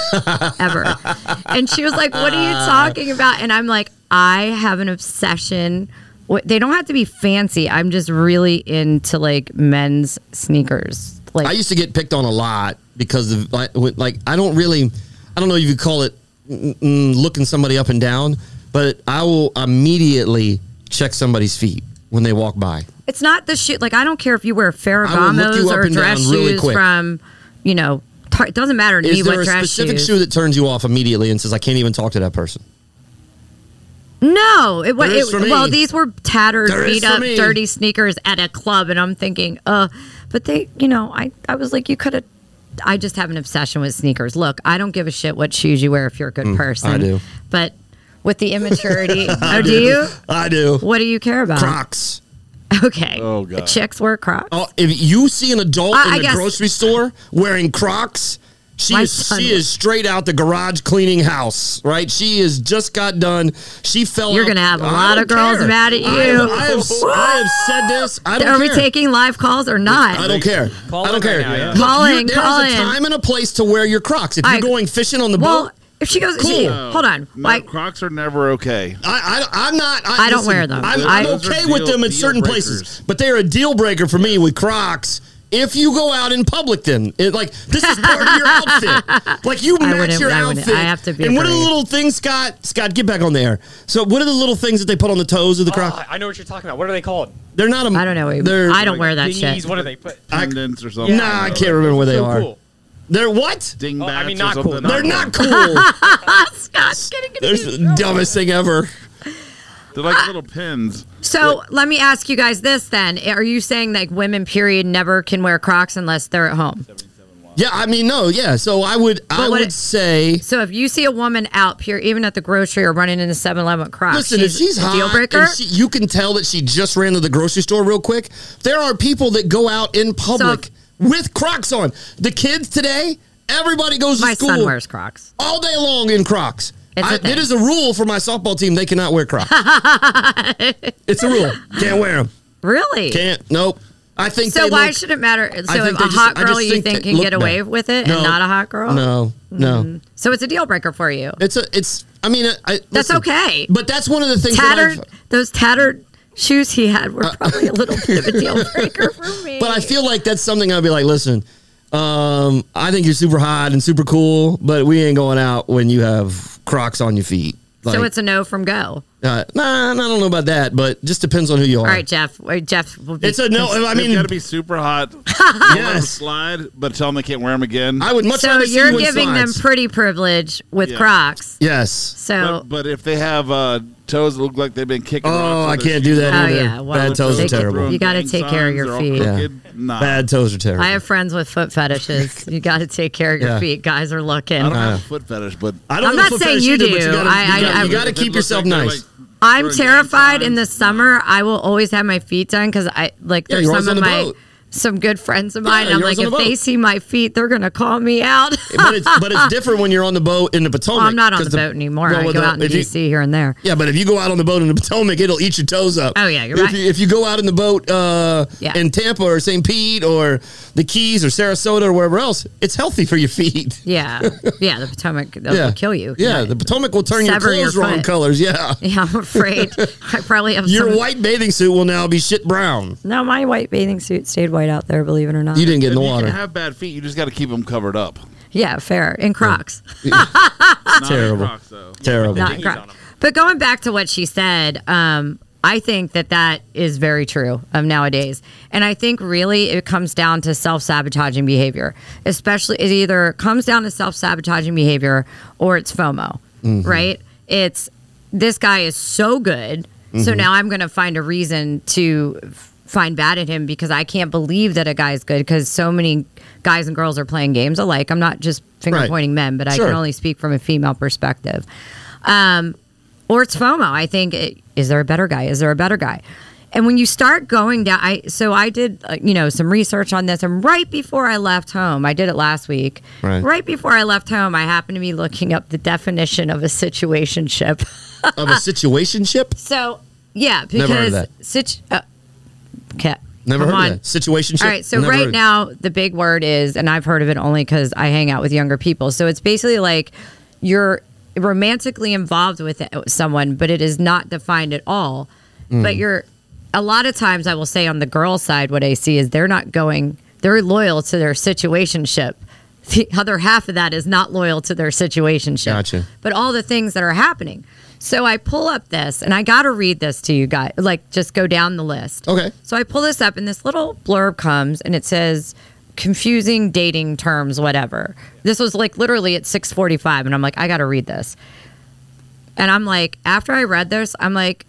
ever." And she was like, "What are you talking about?" And I'm like, "I have an obsession. wi- They don't have to be fancy. I'm just really into like men's sneakers. Like,
I used to get picked on a lot because of like, with- like I don't really, I don't know if you call it mm, mm, looking somebody up and down, but I will immediately check somebody's feet when they walk by.
It's not the shoe. Like I don't care if you wear
will look you
Ferragamo's
up
or
and down
dress
really
shoes
quick.
from, you know, tar- it doesn't matter to
Is
me
there
what
a
dress
specific
shoes.
shoe that turns you off immediately and says I can't even talk to that person?
no, it was.
There is for me.
Well, these were tattered,
There is
beat
for
up,
me.
dirty sneakers at a club, and I'm thinking, uh, but they, you know, I, I was like, you could have. I just have an obsession with sneakers. Look, I don't give a shit what shoes you wear if you're a good person.
Mm, I do.
but with the immaturity, oh, do you?
*laughs* I do.
What do you care about?
Crocs.
Okay.
Oh, God.
Chicks wear Crocs.
Oh, if you see an adult
I-
in
I
the
guess-
grocery store wearing Crocs, She
My
is,
son
she
was-
is straight out the garage cleaning house, right? She has just got done. She fell.
You're
out-
gonna have a
I
lot
don't
of girls
care.
mad at you.
I have, I have, I have said this. I don't
Are
care.
we taking live calls or not?
I don't care.
Call
I don't
in right
care.
now, yeah.
Look, you-
Calling,
there's
calling.
a time and a place to wear your Crocs. If you're
I-
going fishing on the
Well,
boat,
if she goes, she,
Cool.
hold on.
No,
like,
Crocs are never okay.
I, I I'm not.
I don't wear them.
I'm,
I-
I'm
Those
are
okay
deal-
with them in
deal
certain
breakers.
places, but they're a deal breaker for me with Crocs. If you go out in public, then it, like this is part of your
*laughs*
outfit. Like you
I
match
wouldn't-
your
I wouldn't.
outfit.
I have to be
And what are the
brave.
little things, Scott? Scott, get back on the air. So, what are the little things that they put on the toes of the Crocs?
I know what you're talking about. What are they called?
they're not. A,
I don't know.
They're,
I don't wear that
Dinghies.
shit.
What are they? Put?
Pendants or something.
Nah, I can't remember what they
so
are.
cool.
They're what?
Dingbats
Oh, I mean,
or
not cool,
something.
not
I
They're
don't
not
know.
cool.
Scott's getting
There's the dumbest thing ever.
They're like little pins.
So let me ask you guys this then. Are you saying like women, period, never can wear Crocs unless they're at home?
Yeah, I mean, no, yeah. So I would, I
But what
would
it-
say,
So if you see a woman out here, even at the grocery or running into 7 Eleven with Crocs,
listen, if she's
a
hot,
deal
and
breaker.
she- you can tell that she just ran to the grocery store real quick. There are people that go out in public
So-
with Crocs on. The kids today, everybody goes
my
to school
son wears Crocs.
all day long in Crocs.
It's a
I-
thing.
it is a rule for my softball team; they cannot wear
*laughs*
Crocs. it's a rule. Can't wear them.
Really?
Can't. Nope. I think.
so
they
why
look-
should it matter? So
think
if
they
a
just-
hot
I just
girl you
think
think
they
can
look
get away
bad.
with it
No.
and not a hot girl?
No. No.
So it's a deal breaker for you.
It's a. It's. I mean, I, I-
That's
listen,
okay.
But that's one of the things. that I've-
tattered those tattered shoes he had were probably a little bit of a
*laughs*
deal breaker for me.
But I feel like that's something I'd be like, listen, um, I think you're super hot and super cool, but we ain't going out when you have Crocs on your feet. Like,
so it's a no from go.
uh, nah, I don't know about that, but just depends on who you are.
All right, Jeff. Wait, Jeff. Will be
It's a no. I
They've
mean,
got to be super hot.
yes,
Slide, but tell them they can't wear them again.
I would much
so
rather see
you're
you in
giving them
slides.
pretty privilege with
Yeah.
Crocs.
yes.
So
But, but if they have uh, toes that look like they've been kicking.
Oh,
rocks
I
with their
can't
shoes
do that
Oh,
either.
yeah, well,
Bad toes
they
are
could-
terrible.
you gotta take care of your feet. Yeah.
Yeah. Nah.
Bad toes are terrible.
I have friends with foot fetishes. you got to take care of your
Yeah.
feet. Guys are looking.
I don't have a foot fetish, but
I don't
I'm
know
not
if
saying
fetish
you
either, but
do.
gotta-
I- I-
you gotta,
I-
you gotta keep yourself nice.
I'm
During game
terrified in
time.
the summer. I will always have my feet done because I like
Yeah,
there's
you're always
some of
on the
my
boat.
some good friends of mine.
Yeah,
I'm
you're
like,
always
if
on the
they
boat.
see my feet, they're gonna call
*laughs*
me out.
but it's but
*laughs*
it's different when you're on the boat in the Potomac.
Well, I'm not on
'cause
the boat anymore.
well,
I
with
go
the-
out in
if you-
DC here and there.
Yeah, but if you go out on the boat in the *laughs* Potomac, it'll eat your toes up.
Oh, yeah, you're
if
right.
You, if you go out in the boat uh,
Yeah.
in Tampa or St. Pete or the Keys or Sarasota or wherever else, it's healthy for your feet. *laughs*
Yeah, yeah. The Potomac they'll
yeah,
kill you.
Yeah, the Potomac will turn your
Sever your
clothes wrong
foot.
colors. Yeah,
*laughs* yeah. I'm
*laughs*
afraid I probably have
your
some-
white bathing suit will now be shit brown.
No, my white bathing suit stayed white out there. Believe it or not.
You didn't get in the
you can
water.
have bad feet. You just got to keep them covered up.
Yeah, fair. In Crocs,
Not
Terrible.
Crocs, though.
Terrible.
not in
dinghies on
Crocs.
them.
But going back to what she said, um, I think that that is very true of nowadays, and I think really it comes down to self sabotaging behavior. Especially, it either comes down to self sabotaging behavior or it's FOMO,
Mm-hmm.
right? It's this guy is so good.
Mm-hmm.
So now I'm going to find a reason to f- find bad at him because I can't believe that a guy's good because so many guys and girls are playing games alike. I'm not just finger
Right.
pointing men, but I
Sure.
can only speak from a female perspective. Um, or it's FOMO. I think it, is there a better guy? Is there a better guy? And when you start going down, I so I did uh, you know some research on this, and right before I left home, I did it last week.
Right.
before I left home, I happened to be looking up the definition of a situationship. *laughs*
of a situationship?
So yeah, because
Never heard of that.
Situ- uh, okay,
Never
come
heard
on.
of that. Situationship.
All right, so
Never
right
heard-
now the big word is, and I've heard of it only because I hang out with younger people. So it's basically like you're romantically involved with someone, but it is not defined at all. But you're a lot of times I will say on the girl side, what I see is they're not going, they're loyal to their situationship. The other half of that is not loyal to their situationship.
Gotcha.
But all the things that are happening. So I pull up this and I got to read this to you guys. Like, just go down the list.
Okay.
So I pull this up, and this little blurb comes, and it says confusing dating terms, whatever. This was like literally at 6:45, and I'm like, I got to read this. And I'm like, after I read this, I'm like,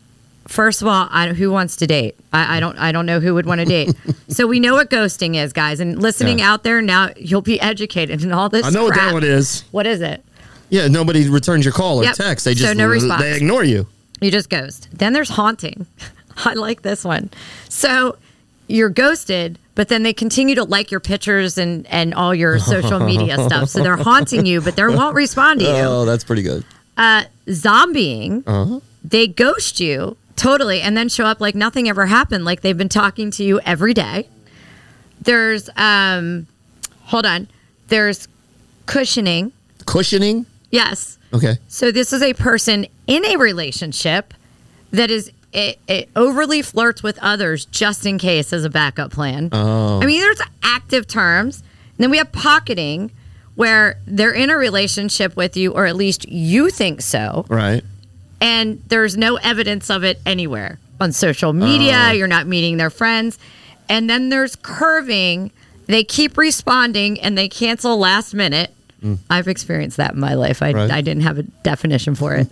first of all, I, who wants to date? I, I don't, I don't know who would want
*laughs*
to date. so we know what ghosting is, guys, and listening
Yeah.
out there now, you'll be educated in all this.
I know what
crap.
that one is.
What is it?
Yeah, nobody returns your call or
Yep.
text. They
So
just
no response.
they ignore you.
You just *laughs* ghost. Then there's haunting. I like this one. So you're ghosted, but then they continue to like your pictures and and all your social media stuff. So they're haunting you, but they won't respond to you.
Oh, that's pretty good.
Uh, zombieing, they ghost you totally, and then show up like nothing ever happened. Like they've been talking to you every day. There's um, hold on. There's cushioning.
Cushioning.
Yes.
Okay.
So this is a person in a relationship that is it, it overly flirts with others just in case as a backup plan. Oh. I mean, there's active terms. And then we have pocketing, where they're in a relationship with you, or at least you think so,
Right.
and there's no evidence of it anywhere on social media. You're not meeting their friends. And then there's curving. They keep responding and they cancel last minute. I've experienced that in my life. I,
Right.
I didn't have a definition for it.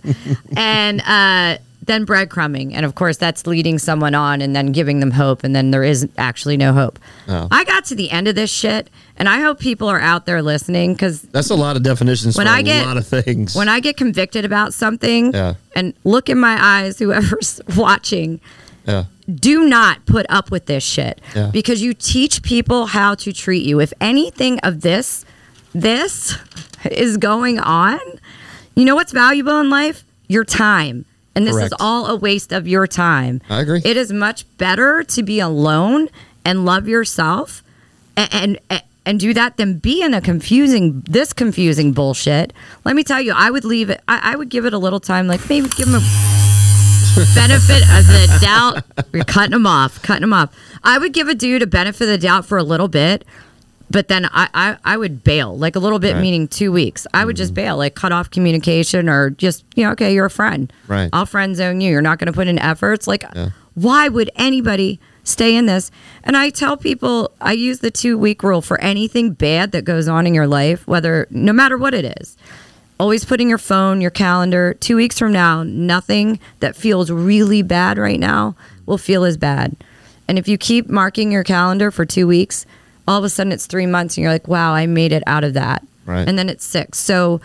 and uh, then breadcrumbing. And of course, that's leading someone on and then giving them hope. And then there is actually no hope. I got to the end of this shit. And I hope people are out there listening because
That's a lot of definitions
When
for
I
a
get-
lot of things.
when I get convicted about something
Yeah.
and look in my eyes, *laughs* whoever's watching,
yeah.
do not put up with this shit
Yeah.
because you teach people how to treat you. If anything of this, this *laughs* is going on, you know what's valuable in life? Your time. And this
Correct.
is all a waste of your time.
I agree.
It is much better to be alone and love yourself and and, and do that than be in a confusing this confusing bullshit. Let me tell you, I would leave it. I, I would give it a little time, like maybe give them a benefit of the doubt. You're cutting them off, cutting them off. I would give a dude a benefit of the doubt for a little bit, but then I, I, I would bail, like a little bit,
Right. Mm-hmm.
meaning two weeks. I would just bail, like cut off communication or just, you know, okay, you're a friend.
Right.
I'll friend zone you. You're not going to put in efforts. Like, why would anybody stay in this? And I tell people, I use the two week rule for anything bad that goes on in your life, whether, no matter what it is always put in your phone, your calendar. Two weeks from now, nothing that feels really bad right now will feel as bad. And if you keep marking your calendar for two weeks, all of a sudden it's three months and you're like, wow, I made it out of that.
Right.
And then it's six. So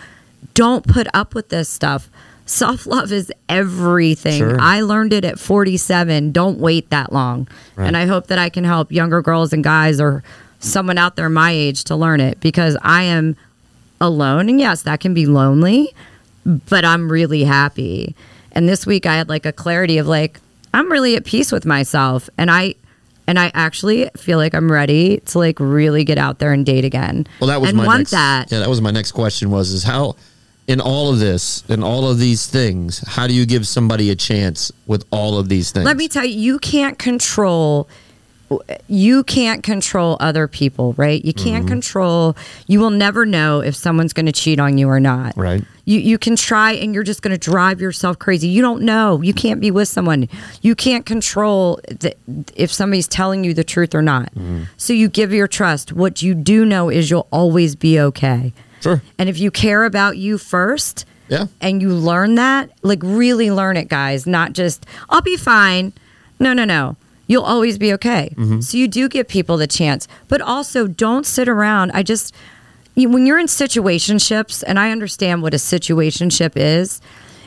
don't put up with this stuff. Self love is everything.
Sure.
I learned it at 47. Don't wait that long. And I hope that I can help younger girls and guys or someone out there my age to learn it because I am alone. And yes, that can be lonely, but I'm really happy. And this week I had like a clarity of like, I'm really at peace with myself. And I, and I actually feel like I'm ready to like really get out there and date again.
Well, that was
and
my
want
next,
that.
Yeah, that was my next question. Was is how in all of this, in all of these things, how do you give somebody a chance with all of these things?
Let me tell you, you can't control. You can't control other people, right? You
Mm-hmm.
can't control. You will never know if someone's going to cheat on you or not.
Right.
You you can try, and you're just going to drive yourself crazy. You don't know. You can't be with someone. You can't control the, if somebody's telling you the truth or not.
Mm-hmm.
So you give your trust. What you do know is you'll always be okay.
Sure.
And if you care about you first,
Yeah.
and you learn that, like really learn it, guys, not just, I'll be fine. No, no, no. You'll always be okay. So you do give people the chance, but also don't sit around. I just, you, when you're in situationships, and I understand what a situationship is,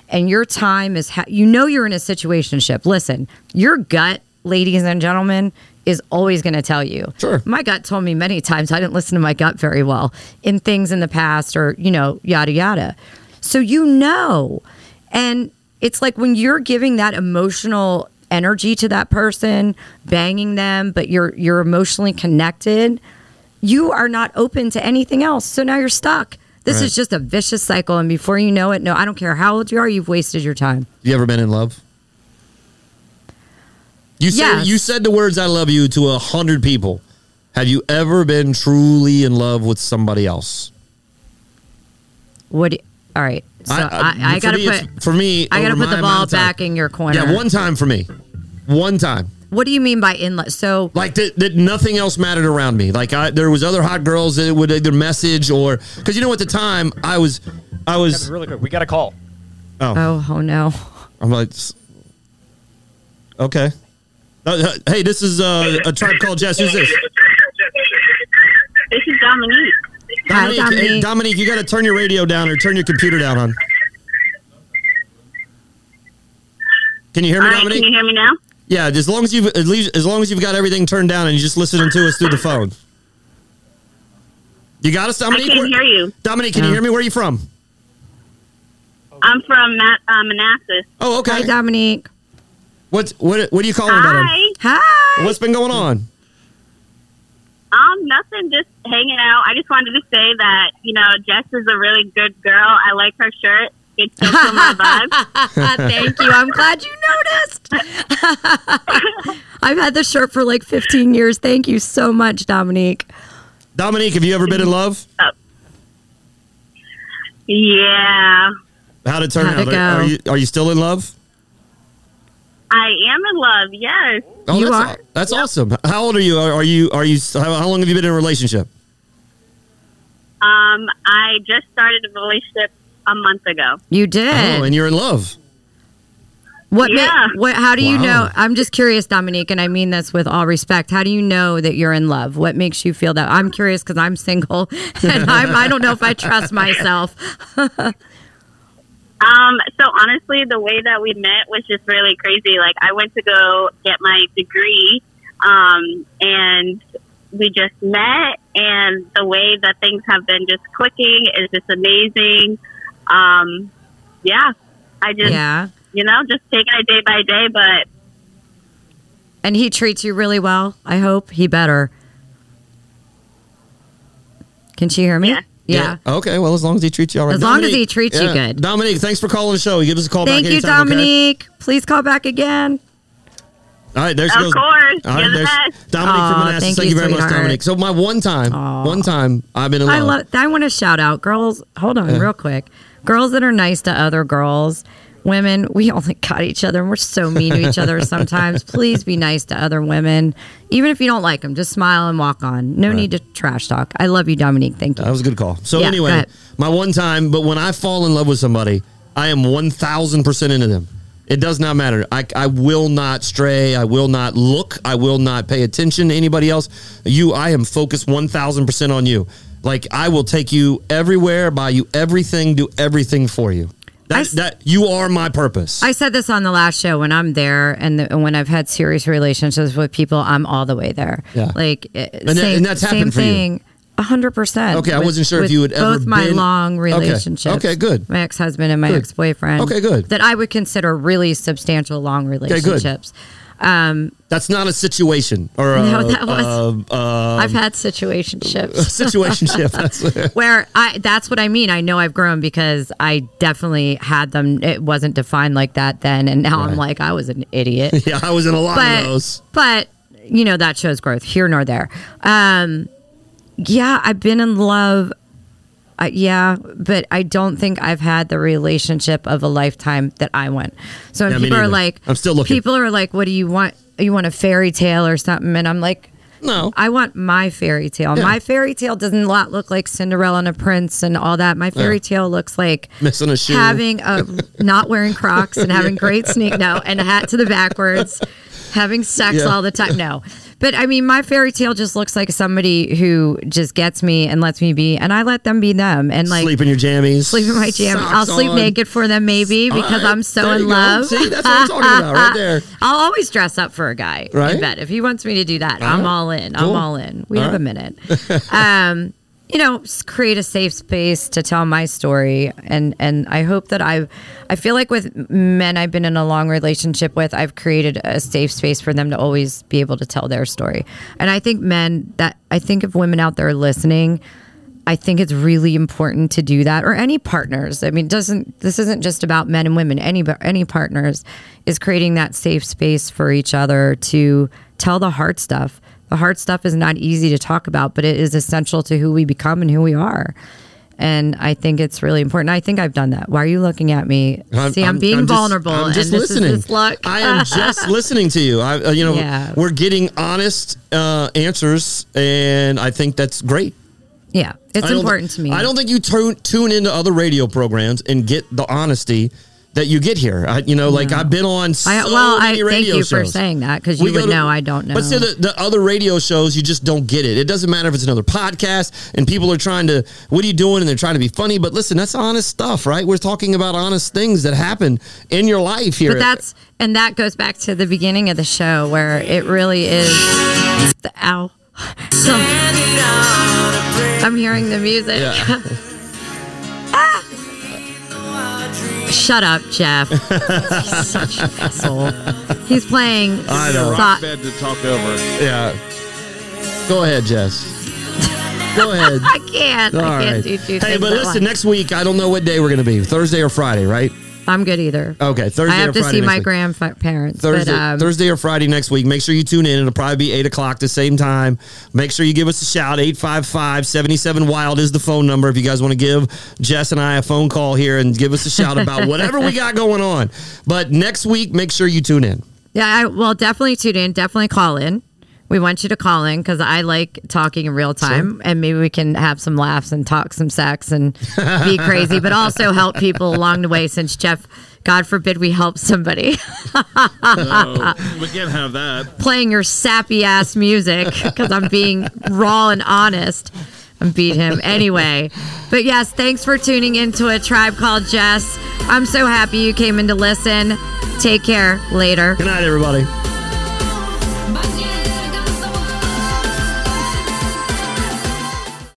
and your time is, ha- you know, you're in a situationship. Listen, your gut, ladies and gentlemen, is always going to tell you.
Sure.
My gut told me many times I didn't listen to my gut very well in things in the past or, you know, yada, yada. So you know. And it's like when you're giving that emotional energy to that person, banging them, but you're you're emotionally connected, you are not open to anything else. So now you're stuck. This
Right.
is just a vicious cycle and before you know it, no, I don't care how old you are, you've wasted your time.
You ever been in love? You said
Yes.
you said the words "I love you" to a hundred people. Have you ever been truly in love with somebody else?
What do you- All right. So I, I,
for
got to
me, it's-
put
for me.
I got to
over
put
my
the
amount
ball
of time-
back in your corner.
Yeah, one time for me, one time.
What do you mean by inlet? So
like that, that nothing else mattered around me like I, there was other hot girls that would either message or because you know at the time i was i
Kevin,
was
really quick, we got a call.
Oh, oh no.
i'm like s- okay Uh, uh, hey this is uh, a tribe called jess who's this
This is Dominique.
Hi, Dominique.
hey, dominique you got to turn your radio down or turn your computer down on can you hear me
All right, can you
dominique
hear me now?
Yeah, as long as you've at least, as long as you've got everything turned down and you're just listening to us through the phone. You got us,
I
Dominique.
can
Where-
hear you.
Dominique, can you
Yeah.
hear me? Where are you from?
I'm from Ma- uh, Manassas.
Oh,
Hi,
okay.
Dominique.
What's what? What are you calling about? him?
Hi.
Hi.
What's been going on?
Um, nothing. Just hanging out. I just wanted to say that you know Jess is a really good girl. I like her shirt. It's just
*laughs*
from my vibe.
Uh, Thank you. I'm glad you noticed. *laughs* I've had this shirt for like 15 years. Thank you so much, Dominique.
Dominique, have you ever been in love?
Yeah,
How did it turn out?
How'd it
Are- Are
go?
you are you still in love?
I am in love. Yes,
Oh,
You
that's,
are.
aw- that's awesome. How old are you? Are, are you are you how, how long have you been in a relationship?
um, I just started a relationship a month ago.
You did.
Oh, and you're in love.
what, ma-
Yeah.
what? How do you
Wow.
know? I'm just curious, Dominique, and I mean this with all respect. How do you know that you're in love? What makes you feel that? I'm curious because I'm single *laughs* and I'm, I don't know if I trust myself.
Um, so honestly, the way that we met was just really crazy. Like, I went to go get my degree, um, and we just met, and the way that things have been just clicking is just amazing. Um, yeah, I just,
Yeah.
you know, just taking it day by day, but
And he treats you really well. I hope he better. Can she hear me?
Yeah.
Yeah.
Okay. Well, as long as he treats you all right.
As long as he treats you good.
Dominique, thanks for calling the show. You give us a call
Thank
back.
you,
anytime, okay?
Dominique. Please call back again.
All right, there she
Of
goes.
course.
All right,
You're the
there's
best.
Dominique
Aw,
from Manassas. Thank,
thank
you
you,
very much,
sweetheart.
Dominique. So my one time,
Aw.
one time I've been in love.
I love. I want to shout out girls. Hold on, real quick. Girls that are nice to other girls. Women, we *laughs* only got each other, and we're so mean to each other
*laughs*
sometimes. Please be nice to other women, even if you don't like them. Just smile and walk on. No need to trash talk. I love you, Dominique. Thank you.
That was a good call. So
Yeah, go
anyway,
ahead.
my one time, but when I fall in love with somebody, I am 1000% into them. It does not matter. I, I will not stray. I will not look. I will not pay attention to anybody else. You, I am focused 1000% on you. Like I will take you everywhere, buy you everything, do everything for you. That,
I s-
that you are my purpose.
I said this on the last show when I'm there and, the, and when I've had serious relationships with people, I'm all the way there.
Yeah.
Like, eh,
that-
same,
and that's
same
happened for you?
thing. A hundred percent.
Okay, I
with-
wasn't sure if
with
you had ever
both my
been-
long
Okay,
relationships.
okay, good.
My ex husband and my
Good.
ex boyfriend.
Okay, good.
That I would consider really substantial long
good.
relationships. Um,
That's not a situation or a, uh,
No, that was-
a, a
I've had
*laughs*
situationships.
situationship.
*laughs*
That's-
where I that's what I mean. I know I've grown because I definitely had them. It wasn't defined like that then, and now I'm like I was an idiot.
*laughs* yeah, I was in a lot
but
of those.
but you know that shows growth here nor there. Um, yeah, I've been in love. Uh, yeah, but I don't think I've had the relationship of a lifetime that I want. So when
Yeah, me
people are
neither.
like,
I'm still looking.
People are like, what do you want? You want a fairy tale or something? And I'm like,
No,
I want my fairy tale.
Yeah.
My fairy tale doesn't lot look like Cinderella and a prince and all that. My fairy tale looks like
missing a shoe.
having a not wearing
*laughs*
Crocs and having great sneak no and a hat to the backwards, having sex
Yeah.
all the time. No, but I mean, my fairy tale just looks like somebody who just gets me and lets me be, and I let them be them, and like.
sleep in your jammies.
Sleep in my jam. I'll
Socks
sleep
on.
naked for them, maybe, because
All right,
I'm so
there
in
you go.
love.
See, that's what I'm talking about right
*laughs*
there.
I'll always dress up for a guy.
Right?
I bet if he wants me to do that, I'm all in.
Cool.
I'm all in. We
All
have
right. *laughs*
a minute. um, you know, s- create a safe space to tell my story, and and I hope that I've. I feel like with men I've been in a long relationship with, I've created a safe space for them to always be able to tell their story, and I think men that I think if women out there listening. I think it's really important to do that, or any partners. I mean, doesn't this isn't just about men and women? Any any partners is creating that safe space for each other to tell the hard stuff. The hard stuff is not easy to talk about, but it is essential to who we become and who we are. And I think it's really important. I think I've done that. Why are you looking at me? See, I'm, being
just-
vulnerable,
I'm just
and this
listening.
is this look.
I am
*laughs*
just listening to you. I, uh, you know,
Yeah.
we're getting honest uh, answers, and I think that's great.
yeah, it's
I don't-
important to me.
I don't think you tune tune into other radio programs and get the honesty that you get here. I, you know, like I've been on so
I, well, I
many
thank
radio
you for
shows.
saying that because
We
you
go
would
to-
know I don't know.
But see, the, the other radio shows, you just don't get it. It doesn't matter if it's another podcast and people are trying to, what are you doing? And they're trying to be funny. But listen, that's honest stuff, right? We're talking about honest things that happen in your life here.
But that's and that goes back to the beginning of the show where it really is the ow. So, I'm hearing the music.
Yeah.
*laughs* Ah. Shut up,
*laughs*
Jeff. He's such an asshole. He's playing.
I know.
so-
Rock bed to talk over.
yeah. Go ahead, Jess.
*laughs*
Go ahead.
I can't.
All
I can't
right.
do two
Hey,
things
but
at
listen,
once.
next week, I don't know what day we're going to be. Thursday or Friday, right?
I'm good either.
Okay, Oh, Thursday
I
or
have to
Friday
see
next
my
week.
grandparents.
Thursday,
but, um,
Thursday or Friday next week. Make sure you tune in. It'll probably be 8 o'clock the same time. Make sure you give us a shout. 855-77-WILD is the phone number if you guys want to give Jess and I a phone call here and give us a shout about whatever we got going on. But next week, make sure you tune in.
Yeah, I, well, definitely tune in. Definitely call in. We want you to call in because I like talking in real time, and maybe we can have some laughs and talk some sex and be crazy, but also help people along the way. Since Jeff, God forbid, we help somebody
No, we can't have that.
playing your sappy ass music because I'm being raw and honest. And beat him anyway. But yes, thanks for tuning into a tribe called Jess. I'm so happy you came in to listen. Take care. Later.
Good night, everybody.